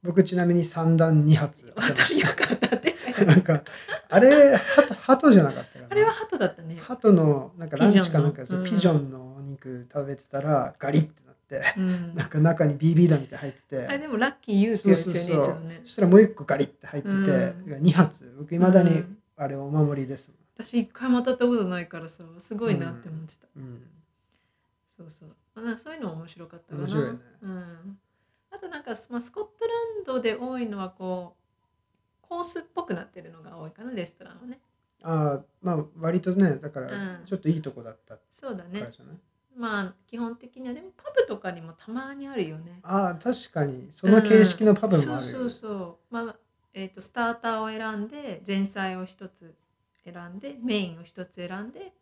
B: 僕ちなみに三段二発当
A: 当
B: て
A: た
B: ま
A: り
B: し
A: よかったって
B: た なんかあれハトハトじゃなかったかな
A: あれは鳩だったね
B: 鳩のなんかランチかなんか
A: ピジョンのうん
B: そうピジョンのお肉食べてたらガリってなって
A: うん
B: なんか中に BB 弾みたいなの入って
A: あれ
B: て
A: でもラッキー言うって
B: そう
A: やつ
B: そう
A: よねいつ
B: そ
A: も
B: う
A: ね
B: そしたらもう一個ガリって入ってて
A: うん
B: 2発僕いまだ
A: う
B: に
A: ん
B: あれお守りです
A: 私一回も当たったことないからさすごいなって思ってた、
B: もん、うん、
A: そうそうあなそういうのも面白かったかな
B: 面白いよね
A: うん、あとなんか、まあ、スコットランドで多いのはこうコースっぽくなってるのが多いかなレストランはね
B: ああまあ割とねだから
A: うん
B: ちょっといいとこだったか
A: そうだ
B: ら
A: ね
B: じゃない、
A: まあ基本的にはでもパブとかにもたまにあるよね
B: ああ確かにその形式のパブもあるよ、
A: うんそうそうそうまあえー、とスターターを選んで前菜を一つ選んでメインを一つ選んで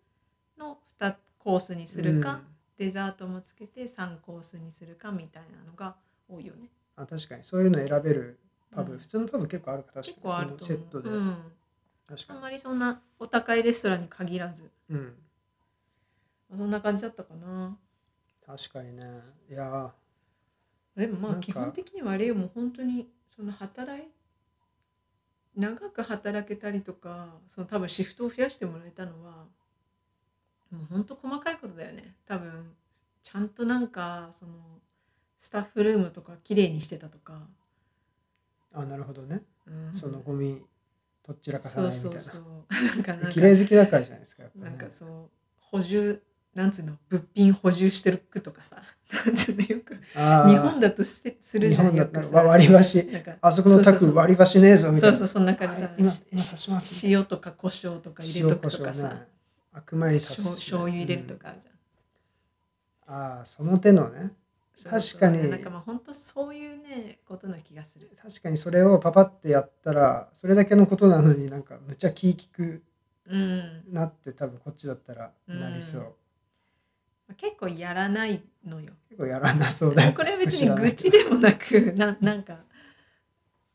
A: の2コースにするか、
B: うん
A: デザートもつけて3コースにするかみたいなのが多いよね。
B: あ確かにそういうの選べるパブ、
A: うん
B: 普通のパブ結構あるか確かに
A: 結構あると
B: その
A: 思
B: セット
A: う。
B: で、
A: うん、
B: 確
A: あ
B: か
A: んまりそんなお高いレストランに限らず、
B: に、うん、
A: そんな感じだったかな。
B: 確かにねいやー
A: でもま
B: な
A: あ
B: んか
A: 基本的にはあれよもう本当にその働い長く働けたりとかその多分シフトを増やしてもらえたのはもう本当細かいことだよね多分ちゃんとなんかそのスタッフルームとか綺麗にしてたとか、
B: あなるほどね、
A: うん
B: そのゴミとっちらかさ
A: そ
B: ないうみた
A: そ
B: いな
A: うそうなんかなんか
B: 綺麗好きだからじゃないですかやっぱ
A: なん
B: ね
A: かそう補充なんつうの物品補充してるくとかさなんつうのよく
B: あー
A: 日本だとしてするじ
B: 日
A: ゃん
B: 本だ
A: よ
B: った
A: く
B: ら
A: さ
B: わ割り箸
A: なんか
B: あそこのタク割り箸ねえぞみた
A: そ
B: いうな
A: そうそんな感じ
B: あ
A: さ
B: 今今刺します
A: し塩とか胡椒とか入れとくとか
B: 塩コショウ
A: さ、
B: ねあくまに立つし
A: 醤
B: ね
A: 醤油入れるとかあるじゃん、
B: うんああその手のね
A: そうそう
B: 確かに
A: なんかまあ本当そういうねことな気がする
B: 確かにそれをパパってやったらそれだけのことなのになんかむちゃ気利く
A: うん
B: なって多分こっちだったらなりそう、
A: うんまあ結構やらないのよ
B: 結構やらなそうだよ
A: これは別に愚痴でもなくななんか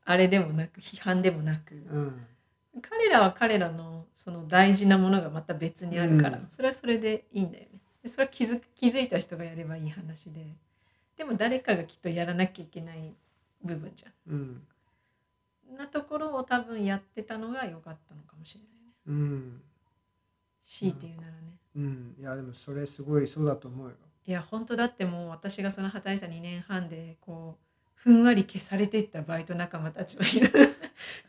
A: あれでもなく批判でもなく、
B: うん
A: 彼らは彼らのその大事なものがまた別にあるから、
B: うん
A: それはそれでいいんだよね。でそれは気づ気づいた人がやればいい話ででも誰かがきっとやらなきゃいけない部分じゃ
B: うん
A: ん。なところを多分やってたのが良かったのかもしれないね。
B: うん
A: 強いて言うならね。
B: うんいやでもそれすごいそうだと思うよ
A: いや本当だってもう私がその働いた2年半でこうふんわり消されていったバイト仲間たちはい る。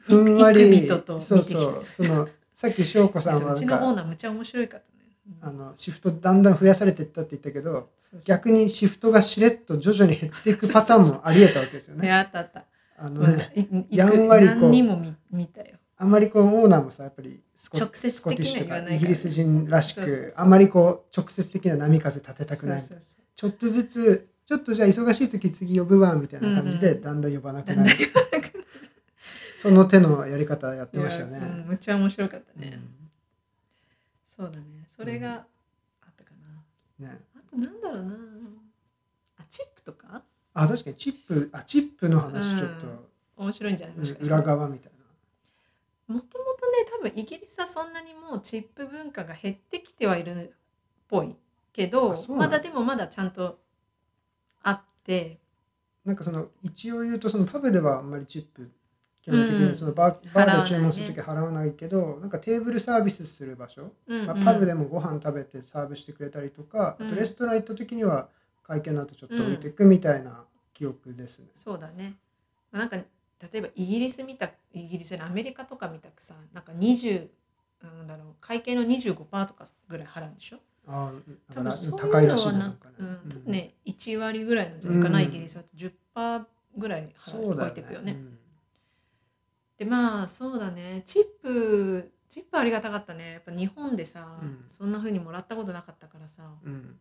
B: ふんわり
A: 幾人と見てきて
B: そうそうそのさっき翔子さん
A: そう
B: は
A: う
B: な
A: ち
B: ん
A: のオー
B: か
A: ナーむちゃ面白い方ね。うん
B: あのシフトだんだん増やされていったって言ったけど
A: そうそう
B: 逆にシフトがしれっと徐々に減っていくパターンもあり得たわけですよ
A: い
B: ね。
A: やあったあった。
B: あの
A: まあ
B: ね
A: いい
B: やんわりこう
A: 何人も見見たよ。
B: あんまりこうオーナーもさやっぱりスコ
A: 直接的には
B: スコティッシュとか
A: 言わないからね
B: イギリス人らしく
A: そうそうそう
B: あんまりこう直接的な波風立てたくない
A: そうそうそう
B: ちょっとずつちょっとじゃあ忙しい時次呼ぶわみたいな感じ
A: うん
B: で
A: うん
B: だんだん呼ばなく
A: だ
B: な
A: んだ
B: る、
A: ん言わなくなっ
B: その手のやり方やっててましたね。
A: うん、むっちゃ面白かった
B: う
A: ね。
B: ん
A: そうだね。それがあったかな。
B: ね
A: あとなんだろうな。あチップとか
B: あ確かにチップあチップの話ちょっと、
A: 面白いんじゃないもしか
B: うん
A: して。
B: 裏側みたいな。
A: もともとね多分イギリスはそんなにもうチップ文化が減ってきてはいるっぽいけど
B: あそうな
A: ま
B: の
A: だでもまだちゃんとあって
B: なんかその一応言うとそのパブではあんまりチップ基本的にそのバー,、
A: うん
B: バー
A: 払わない
B: で
A: ね
B: 注文する時払わないけどなんかテーブルサービスする場所、
A: うんうん
B: まあ、パブでもご飯食べてサービスしてくれたりとか、
A: うん
B: あとレストラン行った時には会計の後ちょっと置いていくみたいな記憶ですね。
A: そうだね。なんか例えばイギリス見たイギリスじゃないアメリカとか見たくさなんか20なんだろう会計の25%とかぐらい払うんでしょ
B: ああ
A: 多
B: だ
A: 分
B: から
A: そう
B: 高
A: い
B: いう
A: の
B: らしい
A: は
B: ね
A: な
B: なんん
A: か
B: かね。
A: うん多
B: う
A: 分
B: ん
A: ね1割ぐらいなんじゃないかな、
B: うん
A: イギリスだと10%ぐらい払
B: そう
A: う超え
B: だよね
A: ていくよね。
B: うん
A: でまあそうだねチップチップありがたかったねやっぱ日本でさ、
B: うん
A: そんな風にもらったことなかったからさ
B: うん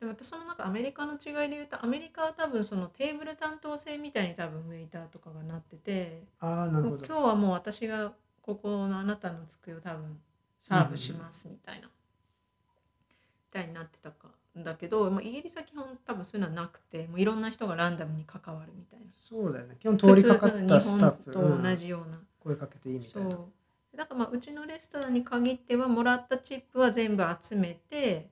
A: でも私もなんかアメリカの違いで言うとアメリカは多分そのテーブル担当制みたいに多分ウェイターとかがなってて
B: ああなる
A: も
B: ほ
A: う
B: ど。
A: 今日はもう私がここのあなたの机を多分サーブしますみたいな、みたいになってたかだけど、まあ、イギリスは基本多分そういうのはなくてもういろんな人がランダムに関わるみたいな
B: そうだよね。基本通りかかったスタッ
A: 普
B: フ、
A: 通の日本と
B: う
A: 同
B: ん
A: じような、
B: 声かけていいみた
A: そ
B: いな。
A: うだからまあうちのレストランに限ってはもらったチップは全部集めて、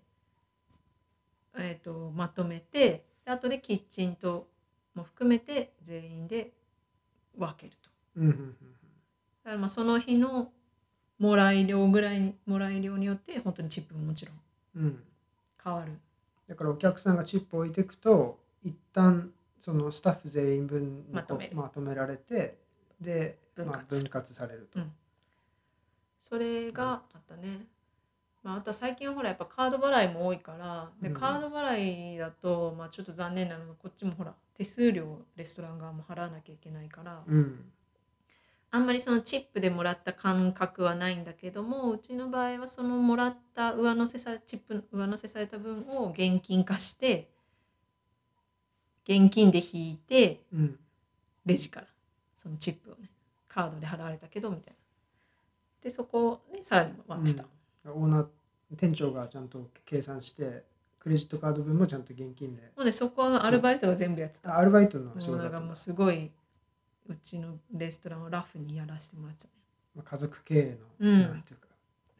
A: えー、とまとめてで後でキッチンとも含めて全員で分けると。
B: うんうんうん
A: だからまあその日のもらい量ぐらいにもらい量によって本当にチップももちろん
B: うんうん
A: 変わる。
B: だからお客さんがチップを置いていくと一旦そのスタッフ全員分に
A: まと
B: こ
A: め
B: う
A: る
B: まとめられてで
A: 分割
B: まあ、分割されると、
A: うんそれがあったね。まあ、あとは最近はほらやっぱカード払いも多いからで
B: うん
A: カード払いだとまあちょっと残念なのがこっちもほら手数料をレストラン側も払わなきゃいけないから
B: うん
A: あんまりそのチップでもらった感覚はないんだけどもうちの場合はそのもらった上乗せさチップ上乗せされた分を現金化して現金で引いて
B: うん
A: レジからそのチップをねカードで払われたけどみたいなでそこをねさらに割ってた、
B: オーナー店長がちゃんと計算してクレジットカード分もちゃんと現金で
A: もうねそこはアルバイトが全部やってた
B: あアルバイトの
A: も
B: 仕
A: う
B: 事
A: なん
B: だっ
A: か
B: たん
A: も
B: だ
A: う、すごいうちのレストランをラフにやらせてもらってたね
B: まあ、家族経営の、
A: うん
B: なんていうか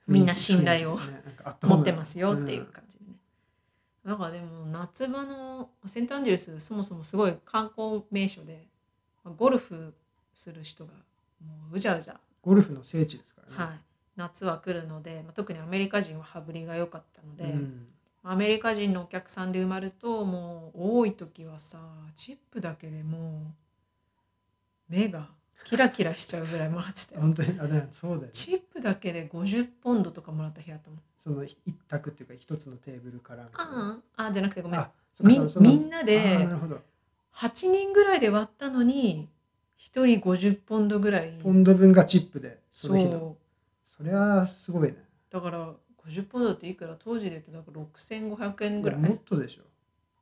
A: みんな信頼を
B: 雰囲気ねなんかアットホ
A: 持
B: ーム
A: ってますよっていう感じでね、なんかでも夏場のセントアンジェルスそもそもすごい観光名所でまあゴルフする人がもううじゃうじゃ、
B: ゴルフの聖地ですからね。
A: はい、夏は来るので、まあ、特にアメリカ人は羽振りが良かったので、
B: うん、
A: アメリカ人のお客さんで埋まるともう多い時はさチップだけでもう目がキラキラしちゃうぐらい回ってたよ
B: 本当にあだそうだよ、ね、
A: チップだけで50ポンドとかもらった部屋と思う
B: その一択っていうか一つのテーブルからみたいな
A: あああじゃなくてごめん
B: あそっかそのその
A: みみんなで
B: あーなるほど
A: 8人ぐらいで割ったのに1人50ポンドぐらい
B: ポンド分がチップでその日の
A: そう
B: それはすごいね
A: だから50ポンドっていくら当時で言うとなんか6500円
B: い
A: ぐ
B: や
A: らい
B: もっとでしょ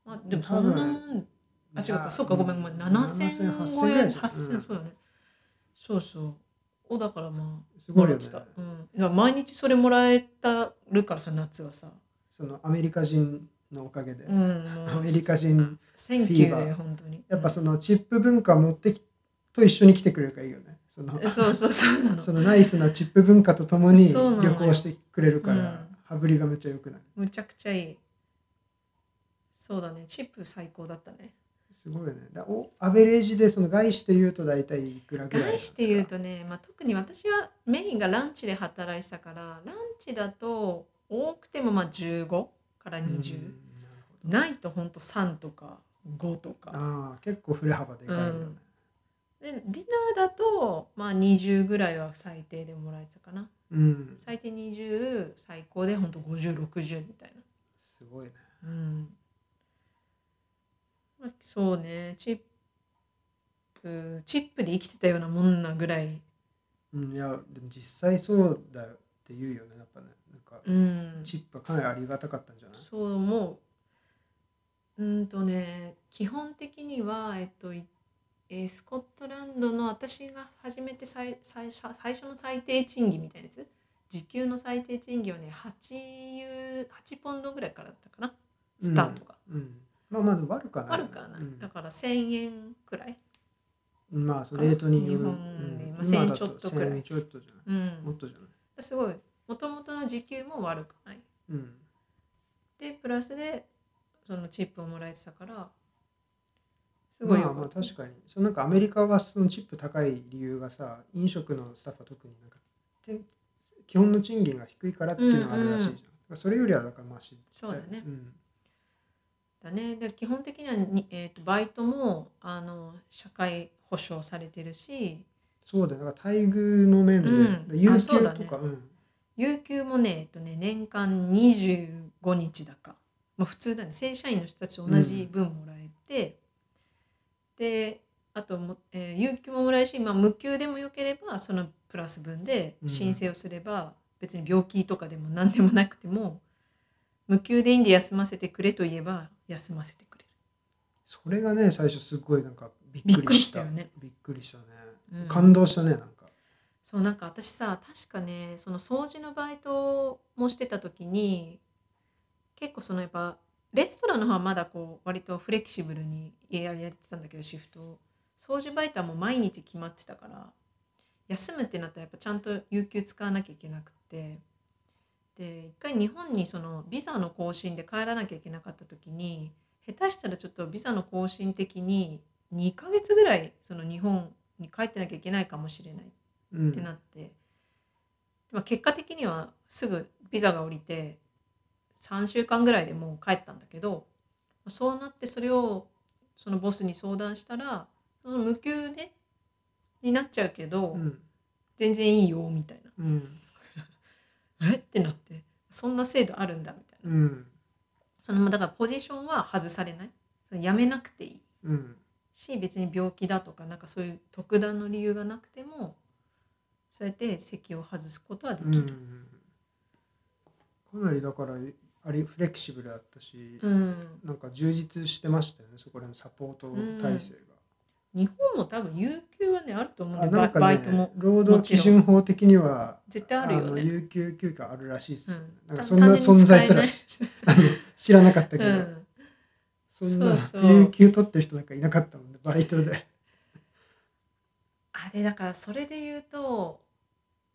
A: まあ、でもそんなもんあ違うかそうかごめんごめん7500
B: 7000ぐらい
A: 円
B: じゃん
A: 8000
B: うん
A: そうだねそうそうおだからまあ
B: すごいよね
A: もらってたうん、だから毎日それもらえたるからさ夏はさ、
B: そのアメリカ人のおかげで、
A: うん、もう
B: アメリカ人
A: 選
B: フィ
A: 挙
B: ーバ
A: で
B: ー
A: 本当に
B: やっぱそのチップ文化を持ってきと一緒に来てくれるからいいよねその
A: うんそうそうそうなの
B: そのナイスなチップ文化とともに
A: そうなのよ
B: 旅行してくれるか
A: う
B: ら
A: ん
B: 羽振りがめっちゃ良くなる
A: むちゃくちゃいいそうだねチップ最高だったね
B: すごいよねだおアベレージでその外資で言うと大体いくらぐらいな
A: 外
B: んです
A: 資
B: か
A: っていうとね、まあ、特に私はメインがランチで働いてたからランチだと多くてもまあ15から
B: うん
A: 20、
B: なるほど
A: ないとほんと3とか5とか
B: ああ結構振れ幅でかいよね、
A: うんでディナーだとまあ20ぐらいは最低でもらえてたかな
B: うん、
A: 最低20最高でほんと5060みたい
B: すごいね。
A: なうんまあそうねチップチップで生きてたようなもんなぐらい
B: うん、いや、でも実際そうだよって言うよね、やっぱね。なんか、
A: うん
B: チップはかなりありがたかったんじゃない
A: そう思ううーんとね基本的にはえっといえースコットランドの私が初めて最最初最初の最低賃金みたいなやつ時給の最低賃金はね8ユー8ポンドぐらいからだったかなスタートが、
B: うん。まあまあ、でも悪くはない。
A: 悪くはない、
B: うん
A: だから1,000円くらい、
B: まあ、そのレートによる。
A: 日
B: う
A: 本
B: ん
A: まあ
B: 今だ
A: 1000ちょっとくらい
B: 1000ちょっとじゃな
A: う
B: い。もっ
A: ん、
B: とじゃない。
A: すごいもともとの時給も悪くない
B: うん。
A: でプラスでそのチップをもらえてたからすごいよ
B: ま
A: か
B: あ
A: った、
B: まあ確かにそのなんかアメリカはそのチップ高い理由がさ飲食のスタッフは特になんかて基本の賃金が低いからっていうのがあるらしいじゃん、
A: うんうん
B: だからそれよりはだからマシ
A: そうだね
B: うん、
A: だね、で基本的にはに、えー、とバイトもあの社会保障されてるし
B: そうだよだから待遇の面で、
A: うん
B: 有
A: あ
B: 給
A: そうだね
B: とかうん
A: 有給もね,、えっとね年間25日だか、まあ、普通だね正社員の人たちと同じ分もらえて、であとも、えー有給ももらえるし、まあ、無給でもよければそのプラス分で
B: うん
A: 申請をすれば、別に病気とかでも何でもなくても無給でいいんで休ませてくれと言えば休ませてくれる。
B: それがね最初すごいなんかびっくり
A: びっくりし
B: した
A: たよね
B: びっくりしたね
A: うん
B: 感動したねなんか
A: そうなんか私さ確かねその掃除のバイトもしてた時に結構そのやっぱレストランの方はまだこう割とフレキシブルにやりやってたんだけどシフトを掃除バイトはもう毎日決まってたから休むってなったらやっぱちゃんと有給使わなきゃいけなくてで一回日本にそのビザの更新で帰らなきゃいけなかった時に下手したらちょっとビザの更新的に2ヶ月ぐらいその日本に帰ってなきゃいけないかもしれない。
B: うん
A: ってなって、まあ、結果的にはすぐビザが降りて3週間ぐらいでもう帰ったんだけどまあそうなってそれをそのボスに相談したらその無給でになっちゃうけど、
B: うん
A: 全然いいよみたい
B: うん
A: なえってなってそんな制度あるんだみたいな、
B: うん
A: そのだからポジションは外されないその辞めなくていい
B: うん
A: し別に病気だとかなんかそういう特段の理由がなくてもそうやって席を外すことはで
B: う
A: きる。
B: んかなりだからあれフレキシブルだったし、
A: うん
B: なんか充実してましたよねそこら辺のサポート体制
A: 日本も多分有給はねあると思う
B: が、
A: んで
B: あ
A: バ
B: な
A: イ
B: んか
A: バイト
B: ね
A: も
B: 労働基準法的には
A: 絶対あるよ
B: の
A: ね。
B: 有給休暇あるらしいですよね、
A: うん
B: なんかそんな存 在すらあの知らなかったけ
A: う
B: ど、
A: ん、
B: そんな
A: そうそう
B: 有給取ってる人なんかいなかったもんねバイトで
A: あれだからそれで言うと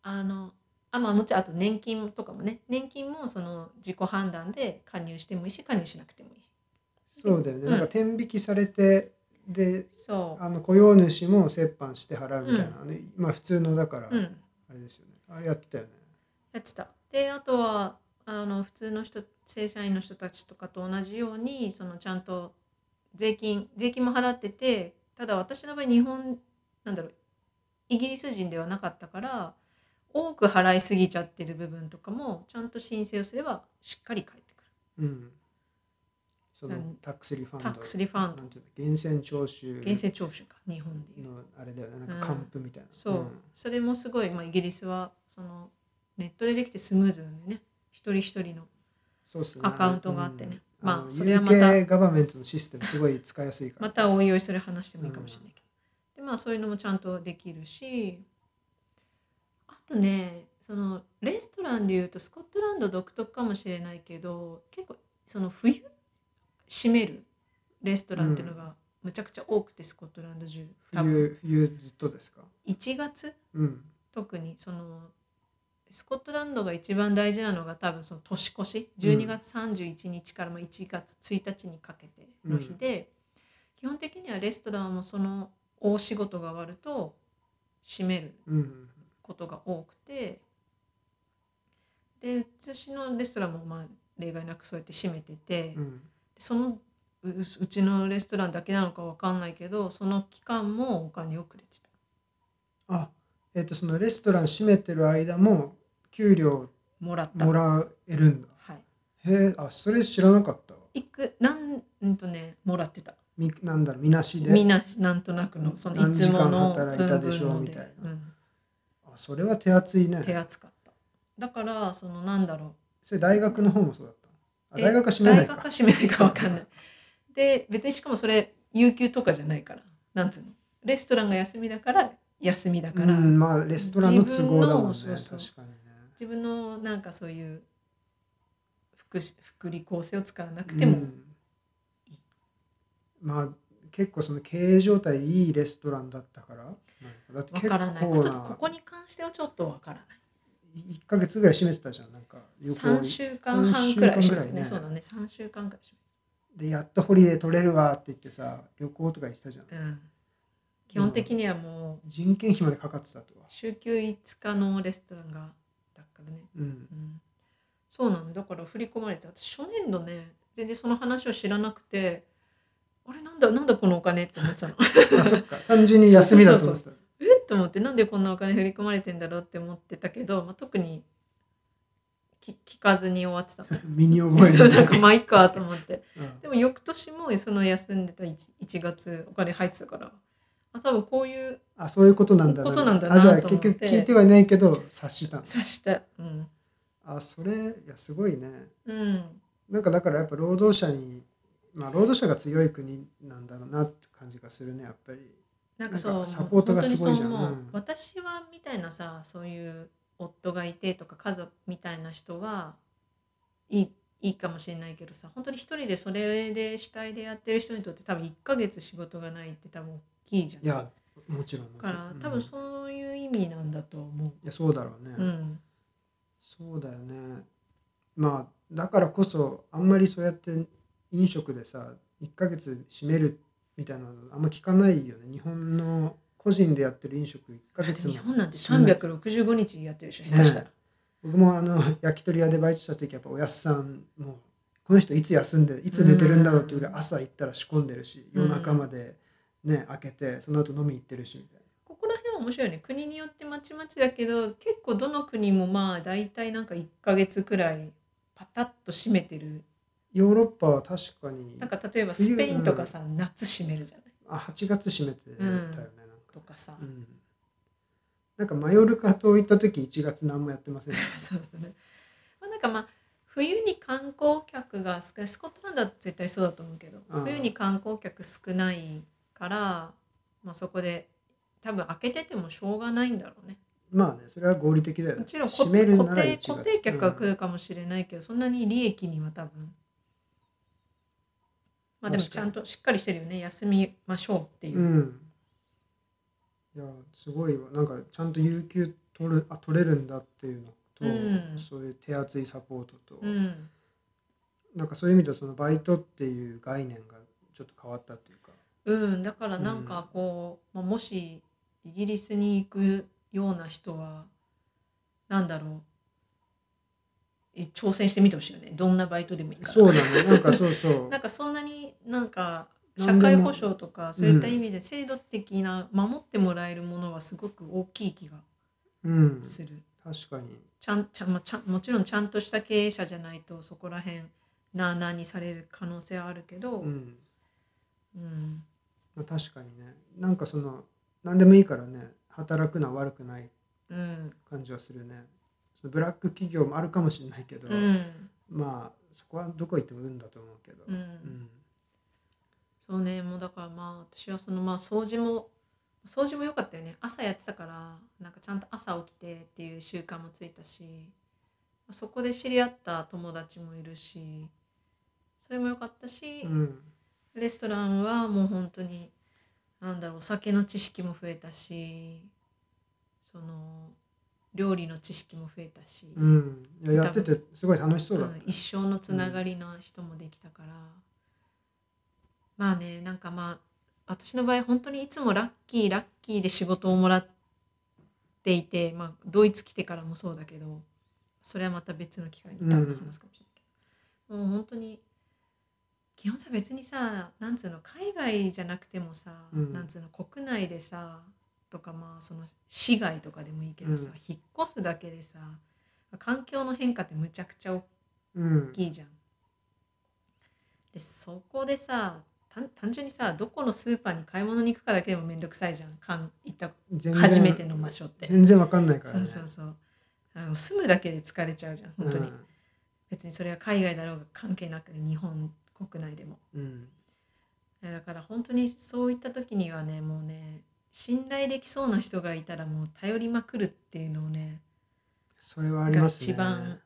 A: あのあまあもちろんあと年金とかもね年金もその自己判断で加入してもいいし加入しなくてもいい
B: そうだよね、
A: うん
B: なんか天引きされてで
A: そ
B: あの雇用主も折半して払うみたいなね、まあ普通のだから
A: ううん
B: あれですよね、あれやってたよね
A: やってたであとはあの普通の人正社員の人たちとかと同じようにそのちゃんと税金税金も払っててただ私の場合日本なんだろうイギリス人ではなかったから多く払いすぎちゃってる部分とかもちゃんと申請をすればしっかり返ってくる
B: うんその
A: なん
B: タックスリファンド
A: タックスリファンド
B: なんていうの源泉徴収
A: 源泉徴収か日本でいう
B: のあれだよねなんか還付みたいな、
A: そう、それもすごい、まあ、イギリスはそのネットでできてスムーズなんでね一人一人の
B: そうっすね
A: アカウントがあってね
B: うん
A: まあ
B: の
A: それはまた
B: UK ガバメントのシステムすごい使いやすいから
A: またおいおいそれ話してもいいかもしれないけど、でまあそういうのもちゃんとできるしあとねそのレストランでいうとスコットランド独特かもしれないけど結構その冬閉めるレストランっていうのがむちゃくちゃ多くて、スコットランド中多分
B: 冬冬ずっとですか
A: 1月
B: うん
A: 特にそのスコットランドが一番大事なのが多分その年越し
B: うん
A: 12月31日からまあ1月1日にかけての日で、基本的にはレストランもその大仕事が終わると閉める
B: うん
A: ことが多くてで私のレストランもまあ例外なくそうやって閉めてて、
B: うん
A: そのうううちのレストランだけなのかわかんないけどその期間もお金をくれてた
B: あえっ、とそのレストラン閉めてる間も給料
A: もらった
B: もらえるんだ
A: はい
B: へえあそれ知らなかったわ
A: いくなんうんとねもらってた
B: みなんだろうみなしで
A: みんななんとなくのそのい
B: 何
A: つもの
B: 時間働いたでしょう
A: うん
B: みたいな
A: うん
B: あそれは手厚いね
A: 手厚かっただからそのなんだろ
B: それ大学の方もそうだった
A: う
B: のあ大学は
A: え
B: 閉めない
A: 大学
B: か
A: は閉めないかわかんないで別にしかもそれ有給とかじゃないからなんつうのレストランが休みだから休みだから、
B: うんまあレストランの都合だもんね
A: 自分のそうそう
B: 確かにね
A: 自分のなんかそういう福祉福利厚生を使わなくても、
B: うんまあ結構その経営状態いいレストランだったからだって
A: わ
B: 結構
A: からないちょっとここ
B: な
A: に関してはちょっとわからない
B: 1か月ぐらい閉めてたじゃんなんか旅行
A: 3週間半くらい
B: 三
A: し
B: 週間
A: ますね
B: ぐらいね
A: そうだね3週間くらいしま
B: でやっとホリデー取れるわって言ってさ旅行とか行ってたじゃん
A: すうん基本的にはもう、
B: 人件費までかかってたとは
A: 週休5日のレストランがだからね、
B: うん
A: うん、そうなのだから振り込まれてた私初年度ね全然その話を知らなくてあれなんだなんだこのお金って思ってたの
B: あそっか単純に休みだと思ってた
A: えっと思ってなんでこんなお金振り込まれてんだろうって思ってたけど、まあ、特にき聞かずに終わってたの
B: 身に覚え
A: そう
B: る
A: なんかまあいっかと思って
B: うん
A: でも翌年もその休んでた 1, 1月お金入ってたからあ多分こういう
B: あそういうことなんだ
A: ことなんだな
B: あじゃあ
A: と思
B: 結
A: って
B: 局聞いてはいないけど察したの
A: 察したうん、
B: あそれいやすごいね
A: うん、
B: なんかだからやっぱ労働者にまあ労働者が強い国なんだろうなって感じがするねやっぱり
A: なんかそう
B: なんかサポートがすごいじゃ
A: 本当に
B: ん
A: そう思う
B: うん
A: 私はみたいなさそういう夫がいてとか家族みたいな人はいいいいかもしれないけどさ本当に一人でそれで主体でやってる人にとって多分1ヶ月仕事がないって多分大きいじゃん。
B: いやもちろんもちろ
A: だか
B: ん
A: ら
B: うん
A: 多分そういう意味なんだと思
B: いやそうだろうね、
A: う。うん、
B: そうだよねまあだからこそあんまりそうやって飲食でさ1ヶ月閉めるみたいなのあんま聞かないよね日本の個人でやってる飲食1ヶ月も
A: 日本なんて365日やってるでしょ下手したら。
B: 僕もあの焼き鳥屋でバイトした時やっぱおやすさんもうこの人いつ休んでいつ寝てるんだろうっていうぐらい朝行ったら仕込んでるし
A: うん
B: 夜中までね開けてその後飲み行ってるしみたい
A: ここら辺は面白いよね国によってまちまちだけど結構どの国もまあ大体なんか1ヶ月くらいパタッと閉めてる
B: なヨーロッパは確かに
A: なんか例えばスペインとかさ、夏閉めるじゃない
B: あ8月閉めてたよねなんか
A: とかさ、
B: うんなんかマヨルカ島行った時1月何もやってませんで し た
A: そうですね、まあ、なんかまあ冬に観光客が少ないスコットランドは絶対そうだと思うけど
B: うん
A: 冬に観光客少ないから、まあ、そこで多分開けててもしょうがないんだろうね
B: まあねそれは合理的だよね
A: もちろんこ
B: 閉めるな
A: 固
B: ら1
A: 定
B: 月
A: 固定客が来
B: うん
A: るかもしれないけど、そんなに利益には多分まあでも
B: 確
A: ち
B: か
A: ゃ
B: に
A: んとしっかりしてるよね休みましょうっていう
B: う、ん。いや、すごいわ。なんか、ちゃんと有給取るあ取れるんだっていうのと、
A: うん
B: そういう手厚いサポートと、
A: うん、
B: なんかそういう意味ではそのバイトっていう概念がちょっと変わったっていうか。
A: うん、だからなんかこう、まあもしイギリスに行くような人はなんだろうい挑戦してみてほしいよねどんなバイトでもいいから
B: そうなの、なんかそうそ う
A: な。んかそんなになんか社
B: なんでも
A: 会保障とかそういった意味で制度的な守ってもらえるものはすごく大きい気が
B: うん、
A: する。
B: 確かに。
A: ちゃんちゃんまあちゃんもちろんちゃんとした経営者じゃないとそこら辺なあなあにされる可能性はあるけど、
B: うん、
A: うん
B: まあ、確かにね、なんかその、何でもいいからね、働くのは悪くない
A: うん
B: 感じはするね。そのブラック企業もあるかもしれないけど、
A: うん
B: まあ、そこはどこ行っても運だと思うけど。
A: うん
B: うん
A: そうねもうだからまあ私はそのまあ掃除も掃除も良かったよね朝やってたからなんかちゃんと朝起きてっていう習慣もついたしそこで知り合った友達もいるしそれも良かったし、
B: うん、
A: レストランはもう本当になんだろうお酒の知識も増えたしその料理の知識も増えたし、
B: うん、いややっててすごい楽しそうだっ
A: う
B: た、
A: ん一生のつながりの人もできたから、まあねなんかまあ私の場合本当にいつもラッキーラッキーで仕事をもらっていて、まあ、ドイツ来てからもそうだけどそれはまた別の機会に多分話すかもしれないけど、もう本当に基本さ別にさなんつうの海外じゃなくてもさ、
B: うん
A: なんつうの国内でさとかまあその市外とかでもいいけどさ、
B: う
A: 引っ越すだけでさ環境の変化ってむちゃくちゃ大
B: うん
A: 大きいじゃん。でそこでさ単単純にさどこのスーパーに買い物に行くかだけでも面倒くさいじゃんかん行った
B: 全然
A: 初めての場所って。
B: 全然わかんないから
A: そ
B: ね
A: うそうそうあの住むだけで疲れちゃうじゃん本当に、別にそれは海外だろうが関係なくね日本国内でも
B: うんうん
A: えだから本当にそういった時にはねもうね信頼できそうな人がいたらもう頼りまくるっていうのをね
B: それはあります
A: が
B: ね
A: 一番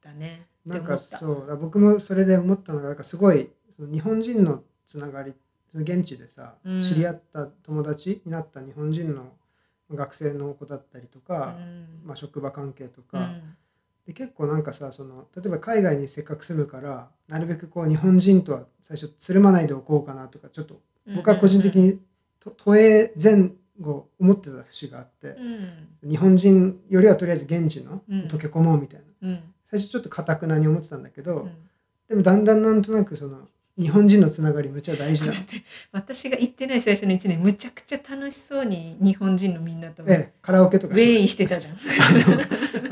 A: だねって
B: なん
A: 思
B: か
A: った
B: そうだから僕もそれで思ったのがなんかすごいその日本人のつながりその現地でさ、
A: うん
B: 知り合った友達になった日本人の学生の子だったりとか、
A: うん
B: まあ、職場関係と
A: う
B: か、
A: ん
B: で結構なんかさその例えば海外にせっかく住むからなるべくこう日本人とは最初つるまないでおこうかなとかちょっと僕は個人的、にと都営前後思ってた節があって
A: う、ん
B: 日本人よりはとりあえず現地の
A: うん
B: 溶け込もうみたいな、
A: うん
B: 最初ちょっとかたくなに思ってたんだけど、
A: うん
B: でもだんだんなんとなくその日本人のつながりめっちゃ大事
A: だ
B: だ
A: って私が行ってない最初の1年むちゃくちゃ楽しそうに日本人のみんなとウェ
B: ええカラオケとかして
A: イしてたじゃん。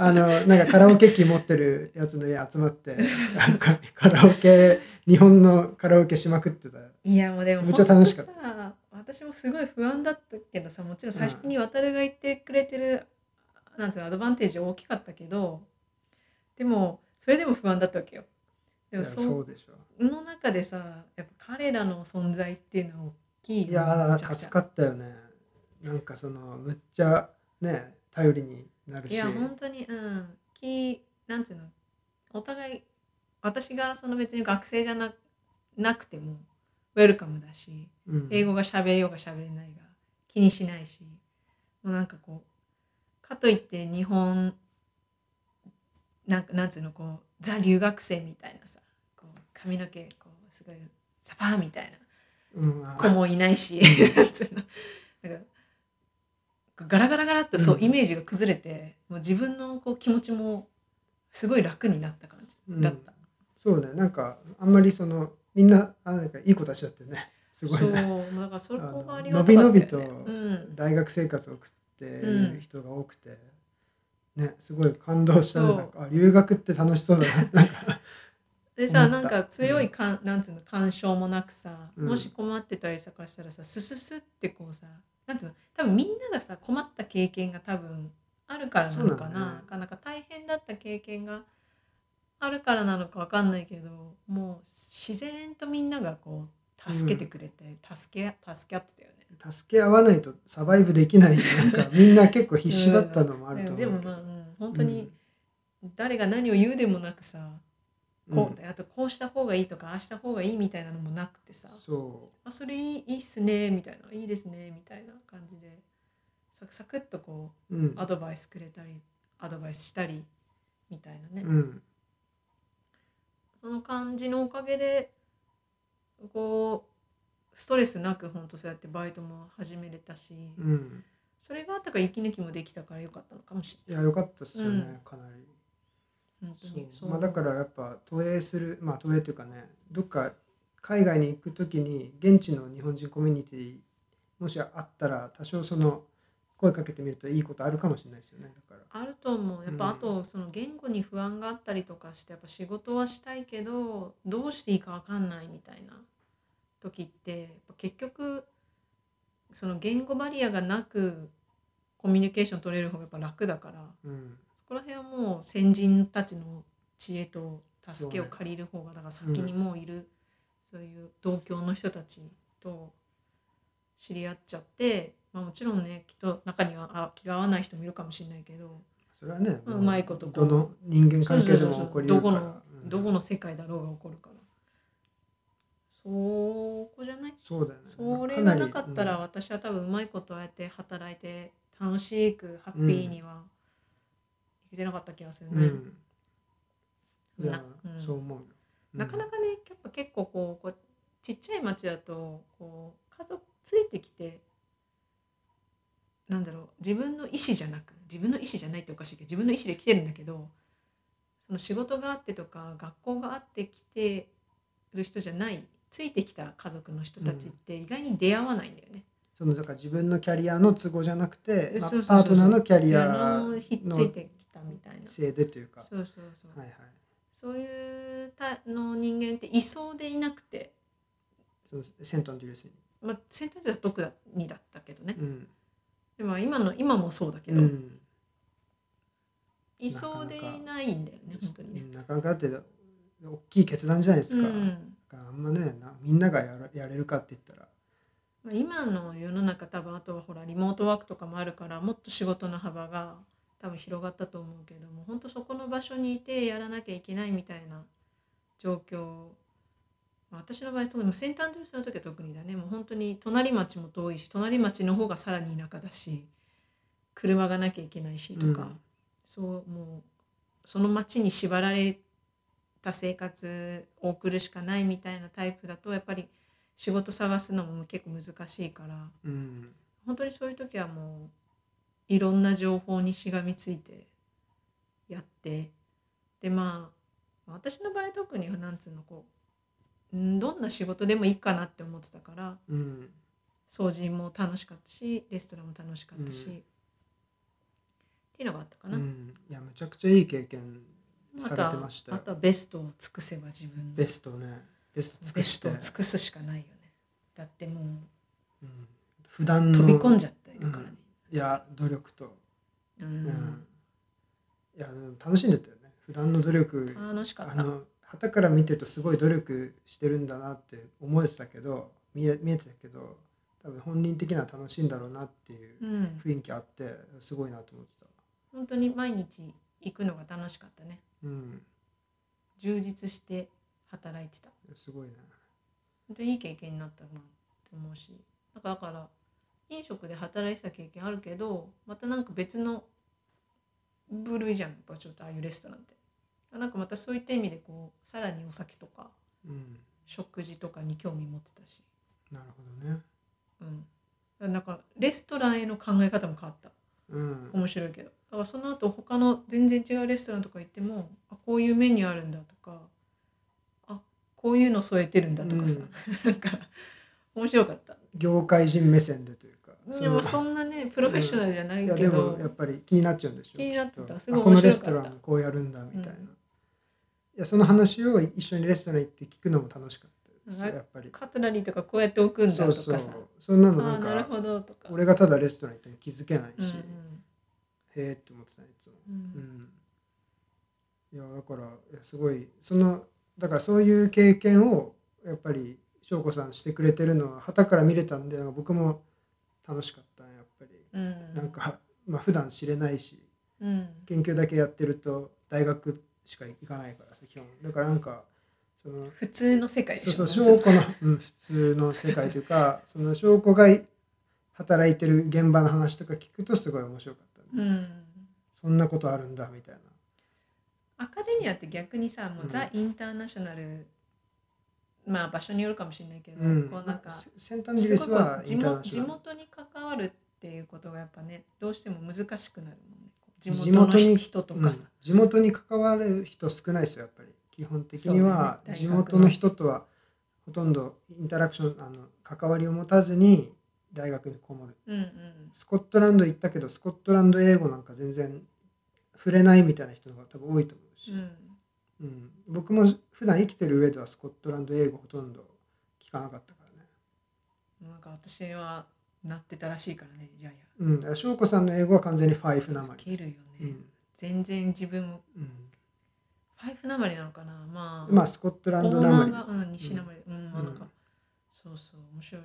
B: あのなんかカラオケ機持ってるやつの家集 まってなんかカラオケ日本のカラオケしまくってた
A: いやもうでも
B: めっちゃ楽しかった
A: 本当さ私もすごい不安だったけどさもちろん最初に渡るが言ってくれてる、なんていうのアドバンテージ大きかったけどでもそれでも不安だったわけよ。で
B: い
A: も
B: や
A: そ
B: そうでしょ
A: の中でさやっぱ彼らの存在っていうのは大きいよね
B: いや
A: めちゃく
B: ー
A: ちゃ
B: 助かったよねなんかそのむっちゃね頼りになるし
A: いや本当にうんきなんていうのお互い私がその別に学生じゃななくてもウェルカムだし
B: うん
A: 英語が喋れようが喋れないが気にしないしもうなんかこうかといって日本なんかなんていうのこうザ留学生みたいなさこう髪の毛こうすごいサパーみたいな
B: うんあ
A: 子もいないし、なんつうのなんかガラガラガラっとそう、
B: うん
A: イメージが崩れてもう自分のこう気持ちもすごい楽になった感じ
B: うん
A: だった、
B: そうねなんかあんまりそのみんなあなんかいい子たちだってねすごい
A: そう
B: ね
A: もうだからそこがありがたかっ
B: の
A: たよ、ね、
B: びのびと
A: うん、
B: 大学生活を送っている人が多くて、ねすごい感動したね
A: そう
B: なんかあ留学って楽しそうだな なんか
A: でさ
B: 思
A: な
B: っ
A: ん
B: た
A: か強いかん、なんつうの干渉もなくさ、
B: うん
A: もし困ってたりとかしたらさスススってこうさなんつうの多分みんながさ困った経験が多分あるからなのか
B: そうなんだ
A: な、
B: ね
A: なかなか大変だった経験があるからなのかわかんないけどもう自然とみんながこう助けてくれて、助け助け合ってたよね。
B: 助け合わないとサバイブできないなんかみんな結構必死だったのもあると思う
A: で
B: けど、
A: もまあ、うん、本当に誰が何を言うでもなくさ、
B: うん、
A: こうあとこうした方がいいとかああした方がいいみたいなのもなくてさ
B: うん、そ
A: あそれいいいいっすねみたいないいですねみたいな感じでサクサクっとこ
B: うん
A: うアドバイスくれたりアドバイスしたりみたいなね、
B: うん
A: その感じのおかげでこうストレスなく本当そうやってバイトも始めれたし、
B: うん
A: それがあったから息抜きもできたから良かったのかもし
B: いや良かったっすよね、
A: う
B: かなり
A: れない本当に
B: そうまあ、だからやっぱ投影するまあ投影というかねどっか海外に行く時に現地の日本人コミュニティもしあったら多少その声かけてみるといいことあるかもしれないですよねだから
A: あると思うやっ
B: うん
A: ぱあとその言語に不安があったりとかしてやっぱ仕事はしたいけどどうしていいか分かんないみたいな時ってやっぱ結局その言語バリアがなくコミュニケーション取れる方がやっぱ楽だから
B: うん
A: そこら辺はもう先人たちの知恵と助けを
B: そうね
A: 借りる方がだから先にもういるそういう同郷の人たちと知り合っちゃって、まあ、もちろんねきっと中にはあ気が合わない人もいるかもしれないけど。
B: それはね、
A: まあうまいことこう
B: どの人間
A: そう
B: 関
A: そう
B: 係で
A: そう
B: も起こり
A: ど
B: うるか
A: こ
B: ら
A: の、
B: うん
A: どこの世界だろうが起こるからそこじゃない
B: そうだよね
A: それ
B: な
A: が
B: ん
A: な
B: か
A: か
B: か
A: っ
B: り
A: たら私は多分うまいことああやって働いて楽しくハッピーには生きてなかった気がする
B: うん、
A: ね、
B: うんいや
A: な、うん
B: そう思うよ、うん
A: なかなかねやっぱ結構こうこうちっちゃい町だとこう家族ついてきてなんだろう自分の意思じゃなく自分の意思じゃないっておかしいけど自分の意思で来てるんだけどその仕事があってとか学校があって来てる人じゃないついてきた家族の人たちって意外に出会わないんだよね。
B: そのだから自分のキャリアの都合じゃなくて、まあ、パ
A: そうそうそう
B: ートナーのキャリア
A: のひっつい
B: の
A: てきたみたいな。そ
B: せいでというか
A: うそうそう。
B: はいはい
A: そういうたの人間っていそうでいなくて、
B: そのセントのデュースに
A: まあ、センターは特にだったけどね。
B: うん
A: でも今の今もそうだけ
B: う
A: ど、
B: ん
A: いそうでいないんだよね本当にね。
B: なかなかだって大きい決断じゃないです
A: う
B: か,、
A: ん
B: あんまねなみんながやらやれるかって言ったら
A: まあ、今の世の中多分あとはほらリモートワークとかもあるからもっと仕事の幅が多分広がったと思うけども本当そこの場所にいてやらなきゃいけないみたいな状況まあ私の場合特にセンターの時は特にだねもう本当に隣町も遠いし隣町の方がさらに田舎だし車がなきゃいけないしとか、
B: うん
A: そうもうその町に縛られた生活を送るしかないみたいなタイプだとやっぱり仕事探すのも結構難しいから
B: うん
A: 本当にそういう時はもういろんな情報にしがみついてやってでまあ私の場合特になんつうのこうんどんな仕事でもいいかなって思ってたから
B: うん
A: 掃除も楽しかったしレストランも楽しかったし、
B: うん
A: っていうのがあったか
B: う
A: な。
B: んいやむちゃくちゃいい経験
A: ま
B: されてましたよ
A: あとはベストを尽くせば自分の
B: ベストねベスト尽く
A: ベス
B: して
A: トを尽くすしかないよねだってもう
B: うん、普段の
A: 飛び込んじゃったいるからね、
B: いや努力と、
A: う
B: うん
A: ん
B: いやでも楽しんでたよね普段の努力
A: 楽しか
B: あ
A: った
B: の旗から見てるとすごい努力してるんだなって思えてたけど見え見えてたけど多分本人的には楽しいんだろうなっていう
A: うん
B: 雰囲気あってすごいなと思ってた。
A: 本当に毎日行くのが楽しかったね
B: うん、
A: 充実して働いてた
B: すごいね。
A: 本当にいい経験になったなって思うしなんかだから飲食で働いてた経験あるけどまたなんか別の部類じゃんやっぱちょっとああいうレストランってなんかまたそういった意味でこうさらにお酒とか
B: うん、
A: 食事とかに興味持ってたし
B: なるほどね。
A: うんなんかレストランへの考え方も変わった
B: うん、
A: 面白いけどだからその後他の全然違うレストランとか行ってもあこういうメニューあるんだとかあこういうの添えてるんだとかさ、
B: う
A: な
B: ん
A: んか面白かった
B: 業界人目線でというか。
A: でも
B: そ
A: そんなねプロフェッショナルじゃな
B: の
A: い
B: いや
A: け
B: で
A: ど
B: もやっぱり気になっちゃうんでしょ
A: 気になってた
B: きっと
A: すごい
B: あこのレ
A: 面白
B: ス
A: かった
B: トランこうやるんだみたいな、
A: うん
B: いやその話を一緒にレストラン行って聞くのも楽しかったです
A: うん
B: やっぱり
A: カトラリーとかこうやって置くんだと
B: そう
A: かさ
B: そうそんな
A: あ
B: のな
A: ー
B: ん
A: なる
B: か
A: ほどとか、
B: 俺がただレストラン行っても気づけない
A: うん
B: し、へえって思ってたいつも、
A: うん
B: う
A: うん
B: ん、いやだからいやすごいそのだからそういう経験をやっぱり翔子さんしてくれてるのは旗から見れたんでなんか僕も楽しかったねやっぱり
A: うん
B: なんかまあ普段知れないし
A: うん
B: 研究だけやってると大学しか行かないからさ基本だからなんかその
A: 普通の世界でし
B: そ
A: ょ
B: うそう
A: なんつ
B: 証拠の、うん、普通の世界というかその証拠がい働いてる現場の話とか聞くとすごい面白かったね、
A: うん、
B: そんなことあるんだみたいな
A: アカデミアって逆にさもうザ・インターナショナル、まあ場所によるかもしれないけど、
B: うん
A: こうなんか
B: まあせ先端の技
A: す
B: 術
A: ご
B: は
A: く
B: イ
A: 地
B: ンター
A: 元
B: ナショ
A: 地
B: ナル
A: 元に関わるっていうことがやっぱねどうしても難しくなるもんね地
B: 地
A: 元の
B: 元に
A: 人とかさ
B: うん、地元に関わる人少ないですよやっぱり基本的には
A: そうだね
B: 地元の人とはほとんどインタラクションあの関わりを持たずに大学にこもる
A: うんうん
B: スコットランド行ったけどスコットランド英語なんか全然触れないみたいな人の方が多分多いと思うし、
A: うん
B: うん、僕も普段生きてる上ではスコットランド英語ほとんど聞かなかったからね
A: なんか私はなってたらしいからねいやいや
B: うんだから翔子さんの英語は完全にファイフなまり
A: けるよね、
B: うん
A: 全然自分も
B: うん
A: ファイフなまりなのかなまあ
B: まあスコットランドなまりで
A: オーナー
B: す
A: が、うん、西なまりうん、まあなんか、
B: うん
A: そうそう面白い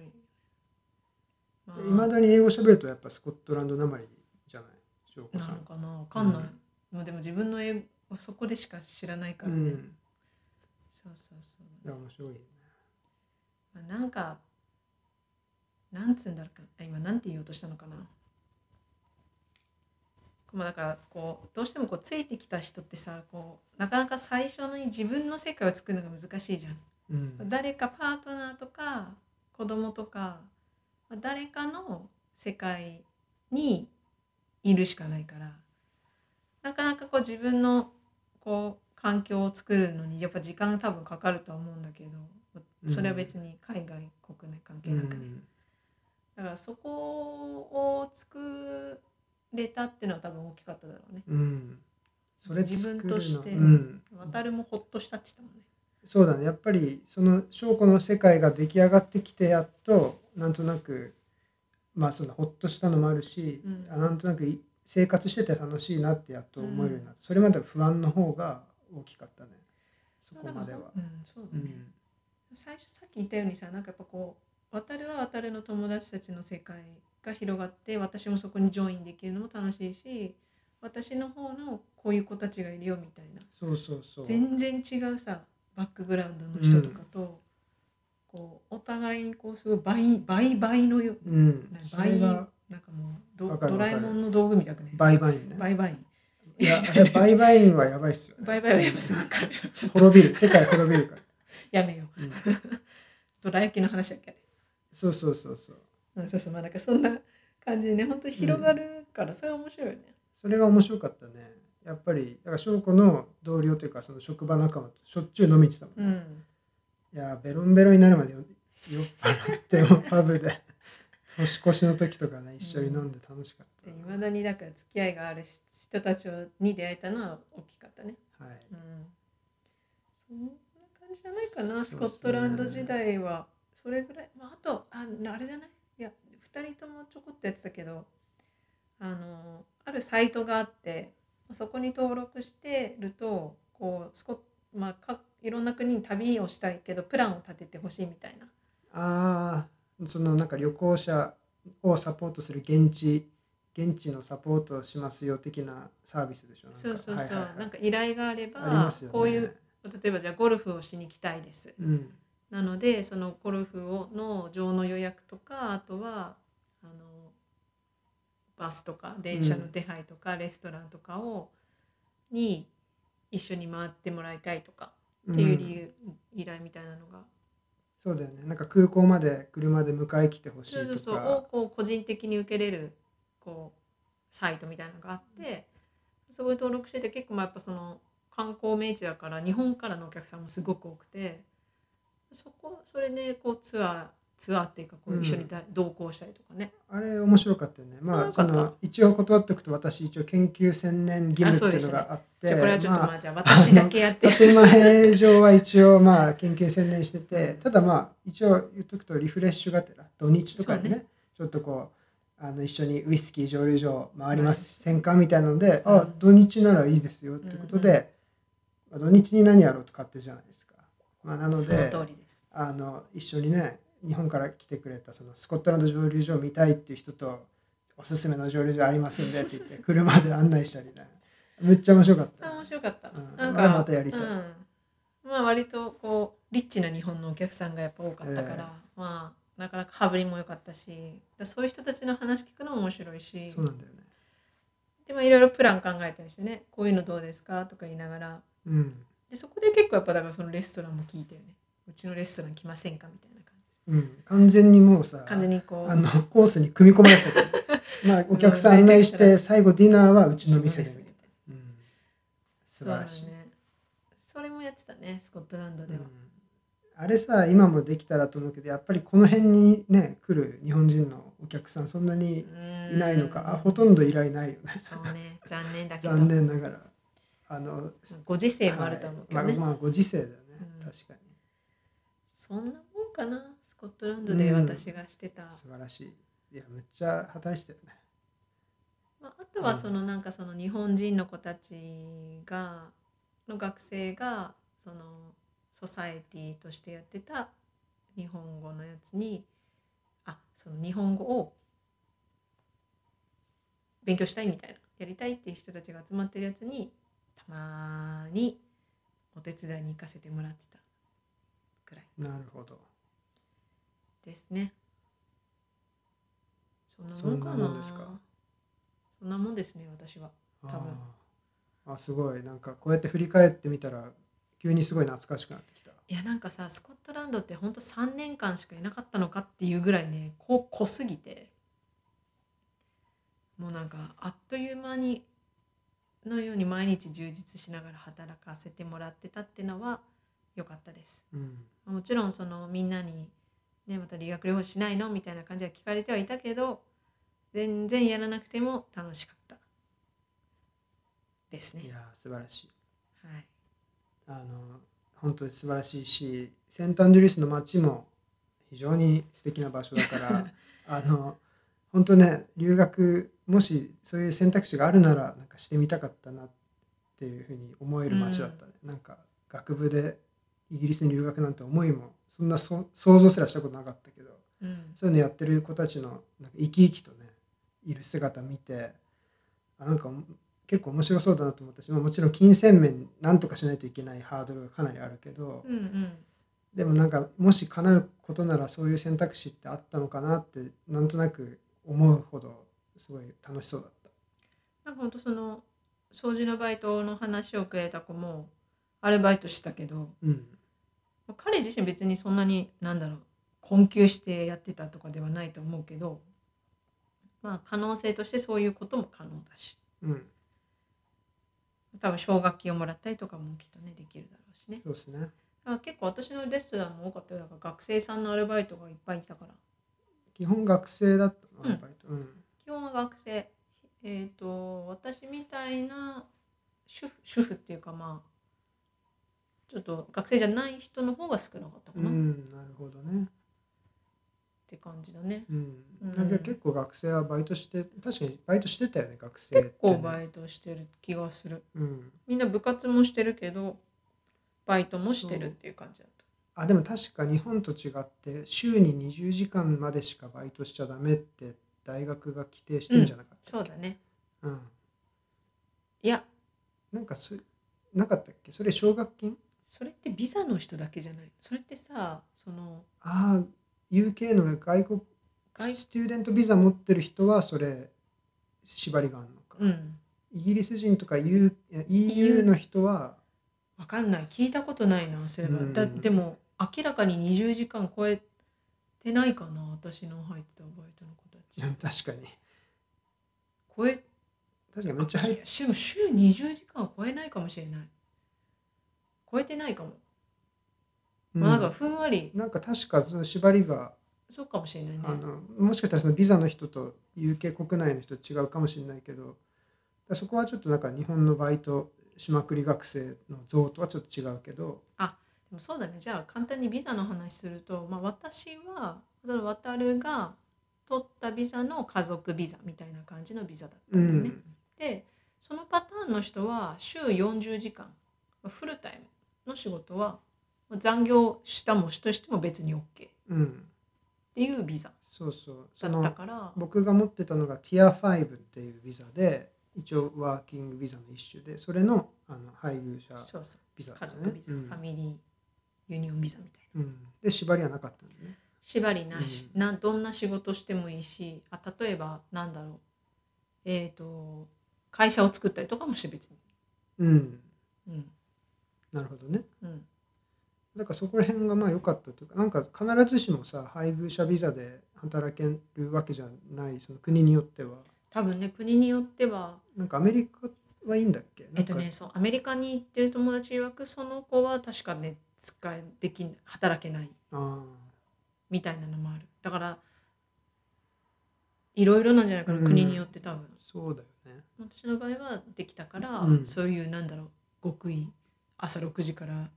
A: ま
B: いまだに英語喋るとやっぱスコットランドなまりじゃない翔子
A: な
B: さ
A: の
B: ん
A: かなわかんない、
B: うん
A: まあでも自分の英語そこでしか知らないか
B: う
A: らね、
B: ん
A: そうそうそう
B: いや面白いね
A: まあ、なんかなんつうんだろうかあ今なんて言おうとしたのかなまあだからこうどうしてもこうついてきた人ってさこうなかなか最初に自分の世界を作るのが難しいじゃん。
B: うん
A: 誰かパートナーとか子供とかまあ誰かの世界にいるしかないからなかなかこう自分のこう環境を作るのにやっぱ時間多分かかるとは思うんだけどそれは別に海外国内関係
B: う
A: なくね、
B: ん
A: だからそこを作れたっていうのは多分大きかっただろうね
B: うんそれ
A: 自分として
B: 作るのうん
A: 渡るもほっとしたって言ってたもんね
B: そうだねやっぱりその証拠の世界が出来上がってきてやっとなんとなくまあそのほっとしたのもあるし、
A: うん
B: あなんとなくい生活してて楽しいなってやっと思えるようになった、それまでは不安の方が大きかったねそこまでは。
A: うんそう
B: う
A: だね、
B: ん
A: 最初さっき言ったようにさなんかやっぱこう渡るは渡るの友達たちの世界が広がって私もそこにジョインできるのも楽しいし私の方のこういう子たちがいるよみたいな
B: そうそうそう
A: 全然違うさバックグラウンドの人とかと、こうお互いにこうすごい倍倍倍のよ
B: うん
A: な、
B: それ
A: 倍
B: が
A: なんかもうど
B: わかる
A: ド
B: わ
A: ラ
B: かる
A: えもんの道具みたくね
B: バイバインね
A: バイバイ
B: いやあれバイバインはやばいっ すよ、ね、
A: バイバイはやめますなんかちょっと
B: 滅びる世界滅びるから、
A: やめよう
B: うん、
A: ドラ焼きの話だっけ
B: そうそうそうそう
A: うんそうそうまあなんかそんな感じでね本当に広がるから、それは面白いよね
B: それが面白かったねやっぱりだから翔子の同僚というかその職場仲間としょっちゅう飲みに行ってたもん、
A: うん
B: いやーベロンベロンになるまでよ酔っ払ってもパ ブで年越しの時とかね一緒に飲んで楽しかった、
A: いまだにだから付き合いがあるし人たちをに出会えたのは大きかったね
B: はい
A: うんそんな感じじゃないかなス
B: そう
A: コ
B: っすね
A: ットランド時代はそれぐらい、まあ、あとああれじゃないいや2人ともちょこっとやってたけどあのあるサイトがあってそこに登録してるとこうスコ、まあ、かいろんな国に旅をしたいけどプランを立ててほしいみたいな
B: ああそのなんか旅行者をサポートする現地現地のサポートをしますよ的なサービスでしょなんか
A: そうそうそう、
B: はいはいはい
A: なんか依頼があれば
B: ありますよね
A: こういう例えばじゃあゴルフをしに来たいです
B: うん
A: なのでそのゴルフをの場の予約とかあとはあのバスとか電車の手配とか、レストランとかをに一緒に回ってもらいたいとかっていう理
B: ん
A: 由、依頼みたいなのが
B: そうだよねなんか空港まで車で迎え来てほしい
A: そう
B: と
A: そ
B: か
A: うそうをこう個人的に受けれるこうサイトみたいなのがあって、そこに登録してて結構まあやっぱその観光名地だから日本からのお客さんもすごく多くてそこそれでこうツアーツアーっていうかこ
B: う
A: うん一緒にだ、同行したりとかね
B: あれ面白かったよね。ま
A: 面
B: あ
A: 白か
B: そ
A: った
B: の一応断っておくと私一応研究専念義務っていうのがあって
A: じゃあこれはちょっとま
B: ま
A: あじゃあ私だけや って
B: あ建前上は一応まあ研究専念しててただまあ一応言っとくとリフレッシュがてら土日とかにね
A: そう
B: ちょっとこうあの一緒にウイスキー蒸留所回りま
A: 回ります
B: す戦艦みたいなので、
A: うん
B: あ土日ならいいですよってことで、まあ、土日に何やろうと勝手じゃないですか。まあ、なの
A: そ
B: で
A: の通りです。
B: あの一緒にね日本から来てくれたそのスコットランド蒸留所を見たいっていう人とおすすめの蒸留所ありますんでって 言って車で案内したりねむっちゃ面白かっ
A: あ
B: た、
A: 面白かった。
B: うん
A: なん
B: あれ
A: か
B: またやりたい
A: うんまあ割とこうリッチな日本のお客さんがやっぱ多かったから、
B: ええ
A: まあなかなか羽振りも良かったしだそういう人たちの話聞くのも面白いし
B: そうなんだよね。
A: でもいろいろプラン考えたりしてねこういうのどうですかとか言いながら
B: うん。
A: でそこで結構やっぱだからそのレストランも聞いてよねうちのレストラン来ませんかみたいな感
B: うん。完全にもうさ
A: じ、完全にこう
B: あのコースに組み込まれ てたよね。まあお客さん案内して最後ディナーはうちの店で
A: うちの
B: み
A: 店
B: たいな。うん。素
A: そ
B: 晴
A: うだ
B: らしい。
A: ねそれもやってたねスコットランドでは、
B: うん、あれさ今もできたらと思うけどやっぱりこの辺にね来る日本人のお客さんそんなに
A: うん
B: いないのか、あほとんど依頼ないよね
A: そうね残念だけど
B: 残念ながらあの
A: ご時世もあると思うけどね、
B: はいまあ、まあご時世だよね、
A: うん
B: 確かに
A: そんなもんかなスコットランドで私がしてた、
B: 素晴らしいいやめっちゃ働いてたよね
A: まあ、あとはそのなんかその日本人の子たちがの学生がそのソサエティとしてやってた日本語のやつにあその日本語を勉強したいみたいなやりたいっていう人たちが集まってるやつにたまにお手伝いに行かせてもらってたくらい
B: なるほど
A: ですね。そんな
B: そん
A: もん
B: な
A: か
B: も
A: なん
B: ですか
A: そんなもんですね私は。
B: あ
A: 多分
B: ーあすごいなんかこうやって振り返ってみたら急にすごい懐かしくなってきた
A: いやなんかさスコットランドってほんと3年間しかいなかったのかっていうぐらいねこ濃すぎてもうなんかあっという間にのように毎日充実しながら働かせてもらってたってのは良かったです。
B: うん
A: まあもちろんそのみんなに、ね「また理学療法士しないの?」みたいな感じは聞かれてはいたけど全然やらなくても楽しかったです
B: い
A: ね。
B: やー素晴らしい
A: はい、
B: あの本当に素晴らしいしセントアンドリュースの街も非常に素敵な場所だからあの本当ね留学もしそういう選択肢があるならなんかしてみたかったなっていうふうに思える街だったね、なんか学部でイギリスに留学なんて思いもそんなそ想像すらしたことなかったけど
A: うん
B: そういうのやってる子たちのなんか生き生きとねいる姿見てあなんか結構面白そうだなと思ったし、まあ、もちろん金銭面なんとかしないといけないハードルがかなりあるけど、
A: うんうん
B: でもなんかもし叶うことならそういう選択肢ってあったのかなってなんとなく思うほどすごい楽しそうだった。
A: なんか本当その掃除のバイトの話をくれた子もアルバイトしたけど
B: うん、
A: 彼自身別にそんなになんだろう困窮してやってたとかではないと思うけどまあ可能性としてそういうことも可能だし
B: うん、
A: 多分奨学金をもらったりとかもきっとねできるだろうしね
B: そうですね
A: だから結構私のレストランも多かったよだから学生さんのアルバイトがいっぱいいたから
B: 基本学生だった
A: うん
B: のアルバイト、うん
A: 基本は学生えっ、と私みたいな主婦主婦っていうかまあちょっと学生じゃない人の方が少なかったか
B: う
A: なっ
B: ん、なるほどね、
A: て感じだね、
B: うん
A: うん
B: なんか結構学生はバイトして確かにバイトしてたよね学生って、ね、
A: 結構バイトしてる気がする
B: うん、
A: みんな部活もしてるけどバイトもしてるっていう感じだっ
B: あでも確か日本と違って週に20時間までしかバイトしちゃダメって大学が規定してるんじゃなかった
A: そうだね
B: た、うん
A: いや
B: なんかそなかったっけそれ奨学金
A: それってビザの人だけじゃないそれってさその
B: ああ UK の外国
A: 外
B: スチューデントビザ持ってる人はそれ縛りがあるのか、
A: うん
B: イギリス人とか EU, いや EU の人は
A: わかんない聞いたことないなそういえば、
B: うん
A: だでも明らかに20時間超えてないかな私の入ってたバイトの子た
B: い
A: ち
B: や 確かに
A: 超え
B: 確かにめっちゃ入っ
A: いや週週20時間は超えないかもしれない超えてないかも、まあなんかふんわり
B: うんなんか確かその縛りが
A: そうかもしれないね
B: あのもしかしたらそのビザの人と UK 国内の人違うかもしれないけどだからそこはちょっとなんか日本のバイトしまくり学生の像とはちょっと違うけど、
A: でもそうだねじゃあ簡単にビザの話すると、まあ、私はその渡るが取ったビザの家族ビザみたいな感じのビザだった
B: うん
A: だよね、
B: ん、
A: でそのパターンの人は週40時間フルタイムの仕事は残業したもしとしても別に OK って
B: うん、
A: いうビザ
B: そうそうそ
A: だった
B: の
A: から
B: 僕が持ってたのがティア5っていうビザで一応ワーキングビザの一種でそれのあの配偶者
A: そうそう
B: ビザだ
A: 家
B: った
A: 族ビザ、
B: うん
A: ファミリーユニオンビザみたいな
B: うん、で縛りはなかったんだね
A: 縛りなし、
B: うん
A: などんな仕事してもいいしあ例えばなんだろうえっ、と会社を作ったりとかもして別に、
B: うん、
A: うん
B: なるほどね
A: うん、
B: だからそこら辺がまあ良かったというかなんか必ずしもさ配偶者ビザで働けるわけじゃないその国によっては
A: 多分ね国によっては
B: なんかアメリカはいいんだっけなんか
A: えっとねそうアメリカに行ってる友達曰くその子は確かね使えできん働けない
B: あ
A: みたいなのもあるだからいろいろなんじゃないかな、
B: うん
A: 国によって多分
B: あそうだよね
A: 私の場合はできたから、
B: うん
A: そういうなんだろう極意朝6時 から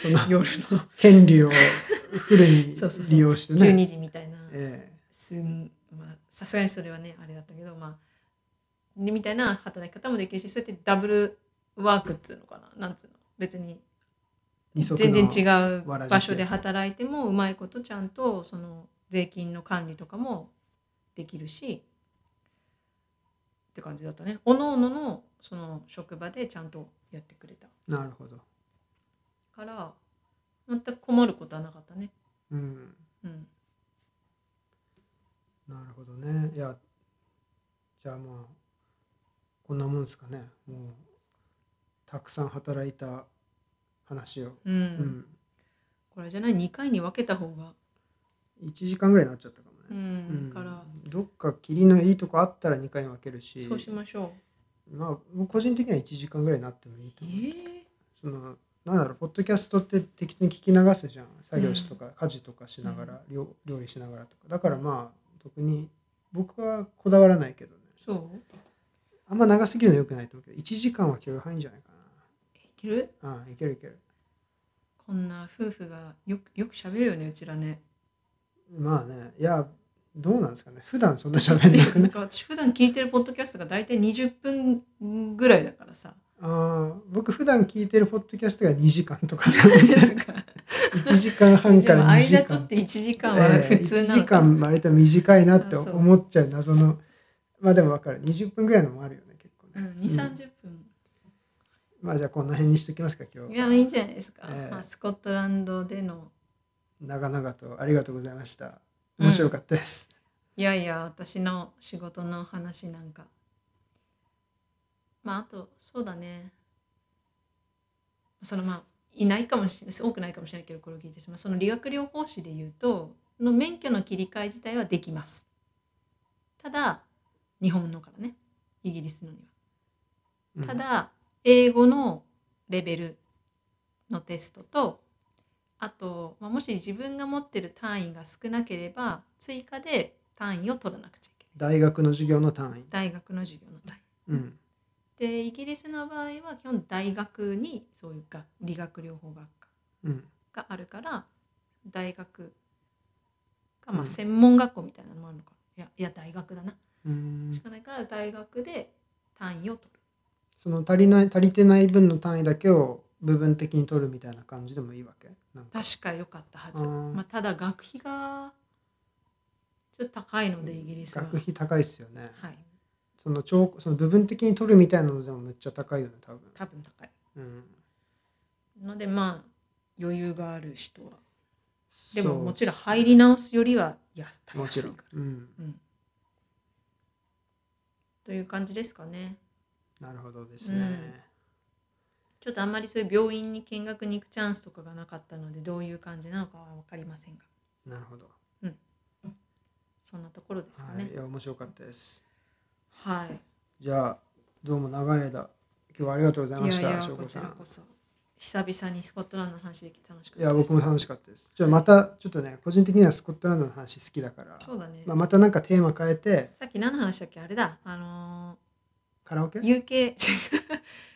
B: その
A: 夜の
B: 権利をフル に
A: そうそうそう
B: 利用してね
A: 12時みたいな
B: え
A: すんまあさすがにそれはねあれだったけどまあねみたいな働き方もできるしそうやってダブルワークっつうのかななんつうの別に
B: え、
A: 全然違
B: う
A: う
B: わらじってやつ
A: 場所で働いてもうまいことちゃんとその税金の管理とかもできるしって感じだったねおのおののその職場でちゃんとやってくれた
B: なるほど
A: から全く困ることはなかったね
B: うん
A: うん
B: なるほどねいやじゃあまあこんなもんですかねもうたくさん働いた話を、
A: うん、
B: うん
A: これじゃない2回に分けた方が
B: 1時間ぐらいになっちゃったかもね、
A: うん、
B: うん
A: から
B: どっか霧のいいとこあったら2回に分けるし
A: そうしましょ
B: まあ僕個人的には1時間ぐらいになってもいいうと
A: え
B: 思う、
A: ー
B: そのなんだろうポッドキャストって適当に聞き流すじゃん作業しとか、家事とかしながら、料料理しながらとかだからまあ特に僕はこだわらないけどね
A: そう
B: あんま長すぎるのよくないと思うけど1時間は許容範囲じゃないか
A: いける
B: なああいけるいける
A: こんな夫婦がよくよく喋るよねうちらね
B: まあねいやどうなんですかね普段そんな喋んなく
A: な
B: ね
A: んか私普段聞いてるポッドキャストが大体20分ぐらいだからさ
B: ああ僕普段聞いてるポッドキャストが2時間とかね
A: ですから
B: 1時間半
A: じ
B: か
A: ゃ
B: ら
A: あ
B: 2時
A: 間取っ
B: 間
A: て1時間は普通な
B: 1
A: の
B: 時
A: かな、
B: 間割と短いなって
A: あそう
B: 思っちゃう謎のまあでも分かる20分ぐらいのもあるよね結構ね、
A: うん、2 3 0分、
B: まあじゃあこの辺にしときますか今
A: い
B: 日
A: や
B: はい
A: いんじゃないですか、
B: ええ
A: まあ、スコットランドでの
B: 長々とありがとうございました面白かったです、
A: いやいや私の仕事の話なんかまああとそうだねそのまあいないかもしれない多くないかもしれないけどこれを聞いてしまうその理学療法士で言うとの免許の切り替え自体はできますただ日本のからねイギリスのには
B: うん
A: ただ英語のレベルのテストとあと、まあ、もし自分が持ってる単位が少なければ追加で単位を取らなくちゃいけない
B: 大学の授業の単
A: 大学の授業の単位。
B: 位うん
A: でイギリスの場合は基本大学にそういう学理学療法学科
B: うん
A: があるから大学がま
B: う
A: あ
B: ん
A: 専門学校みたいなのもあるのかな、いやいや大学だな
B: うーん
A: しかないから大学で単位を取る
B: その足りない足りてない分の単位だけを部分的に取るみたいな感じでもいいわけなんか
A: 確か良かったはず、
B: うん
A: まあ、ただ学費がちょっと高いのでイギリスは
B: 学費高いっすよね
A: はい
B: その超その部分的に取るみたいなのでもめっちゃ高いよね多分
A: 多分高い
B: うん
A: のでまあ余裕がある人はで
B: そ
A: も
B: う
A: もちろん入り直すよりは安た
B: もち
A: 安
B: ろ
A: い
B: ん
A: か、
B: うん、
A: ら、うん、という感じですかね
B: なるほどですね、
A: ちょっとあんまりそういう病院に見学に行くチャンスとかがなかったのでどういう感じなのかは分かりませんが
B: なるほど
A: そんなところですか
B: はい、
A: ね
B: いや面白かったです
A: はい
B: じゃあどうも長い間今日はありがとうございまし
A: いやい
B: た
A: や
B: しょう
A: こ
B: こ
A: ち
B: さ
A: ら
B: ん
A: こそ久々にスコットランドの話できて楽しかった
B: いや僕も楽
A: し
B: しかったですじゃあまたちょっとね個人的にはスコットランドの話好きだから
A: そうだね、
B: まあ、またなんかテーマ変えて
A: さっき何の話だっけあれだあの
B: カラオケ
A: ー UK 違う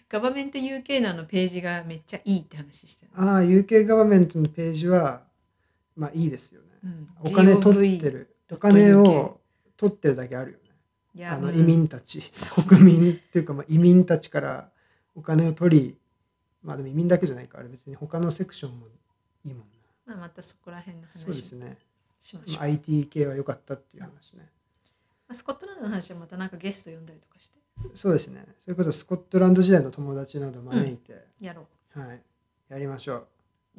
A: ガバメント UK のあのページがめっちゃいいって話してた、
B: ああ UK ガバメントのページはまあいいですよね
A: うん
B: お金取ってる
A: GOV.UK
B: お金を取ってるだけあるよね
A: いや
B: あの
A: うん
B: 移民たち
A: そう
B: 国民っていうかまあ移民たちからお金を取りまあでも移民だけじゃないからあれ別に他のセクションもいいもんな
A: まあ、またそこら辺の話
B: そうですね
A: しましょう、
B: まあ IT 系は良かったっていう話ね
A: まあスコットランドの話はまたなんかゲスト呼んだりとかして
B: そうですねそれこそスコットランド時代の友達など招いて、
A: やろう
B: はいやりましょう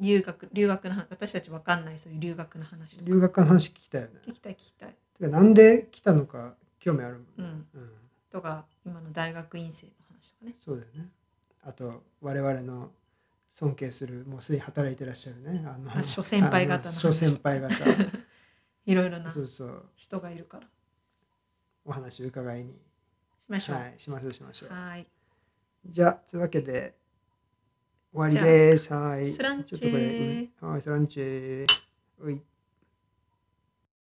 A: 留学留学の話私たちわかんないそういう留学の話とか
B: 留学の話聞きたいよね
A: 聞きたい聞きたい
B: てかなんで来たのか興味あるもんね、
A: うんとか今の大学院生の話とかね
B: そうだよねあと我々の尊敬するもうすでに働いてらっしゃるねあの
A: あ諸先輩方の
B: あ
A: 話
B: 諸先輩方
A: いろいろな
B: そうそう
A: 人がいるからし
B: お話伺いに、
A: ましょう
B: はい、しましょうしましょう
A: はい
B: じゃあというわけで終わりですはい
A: スランチェ
B: ちょっとこれうんはいスランチェはい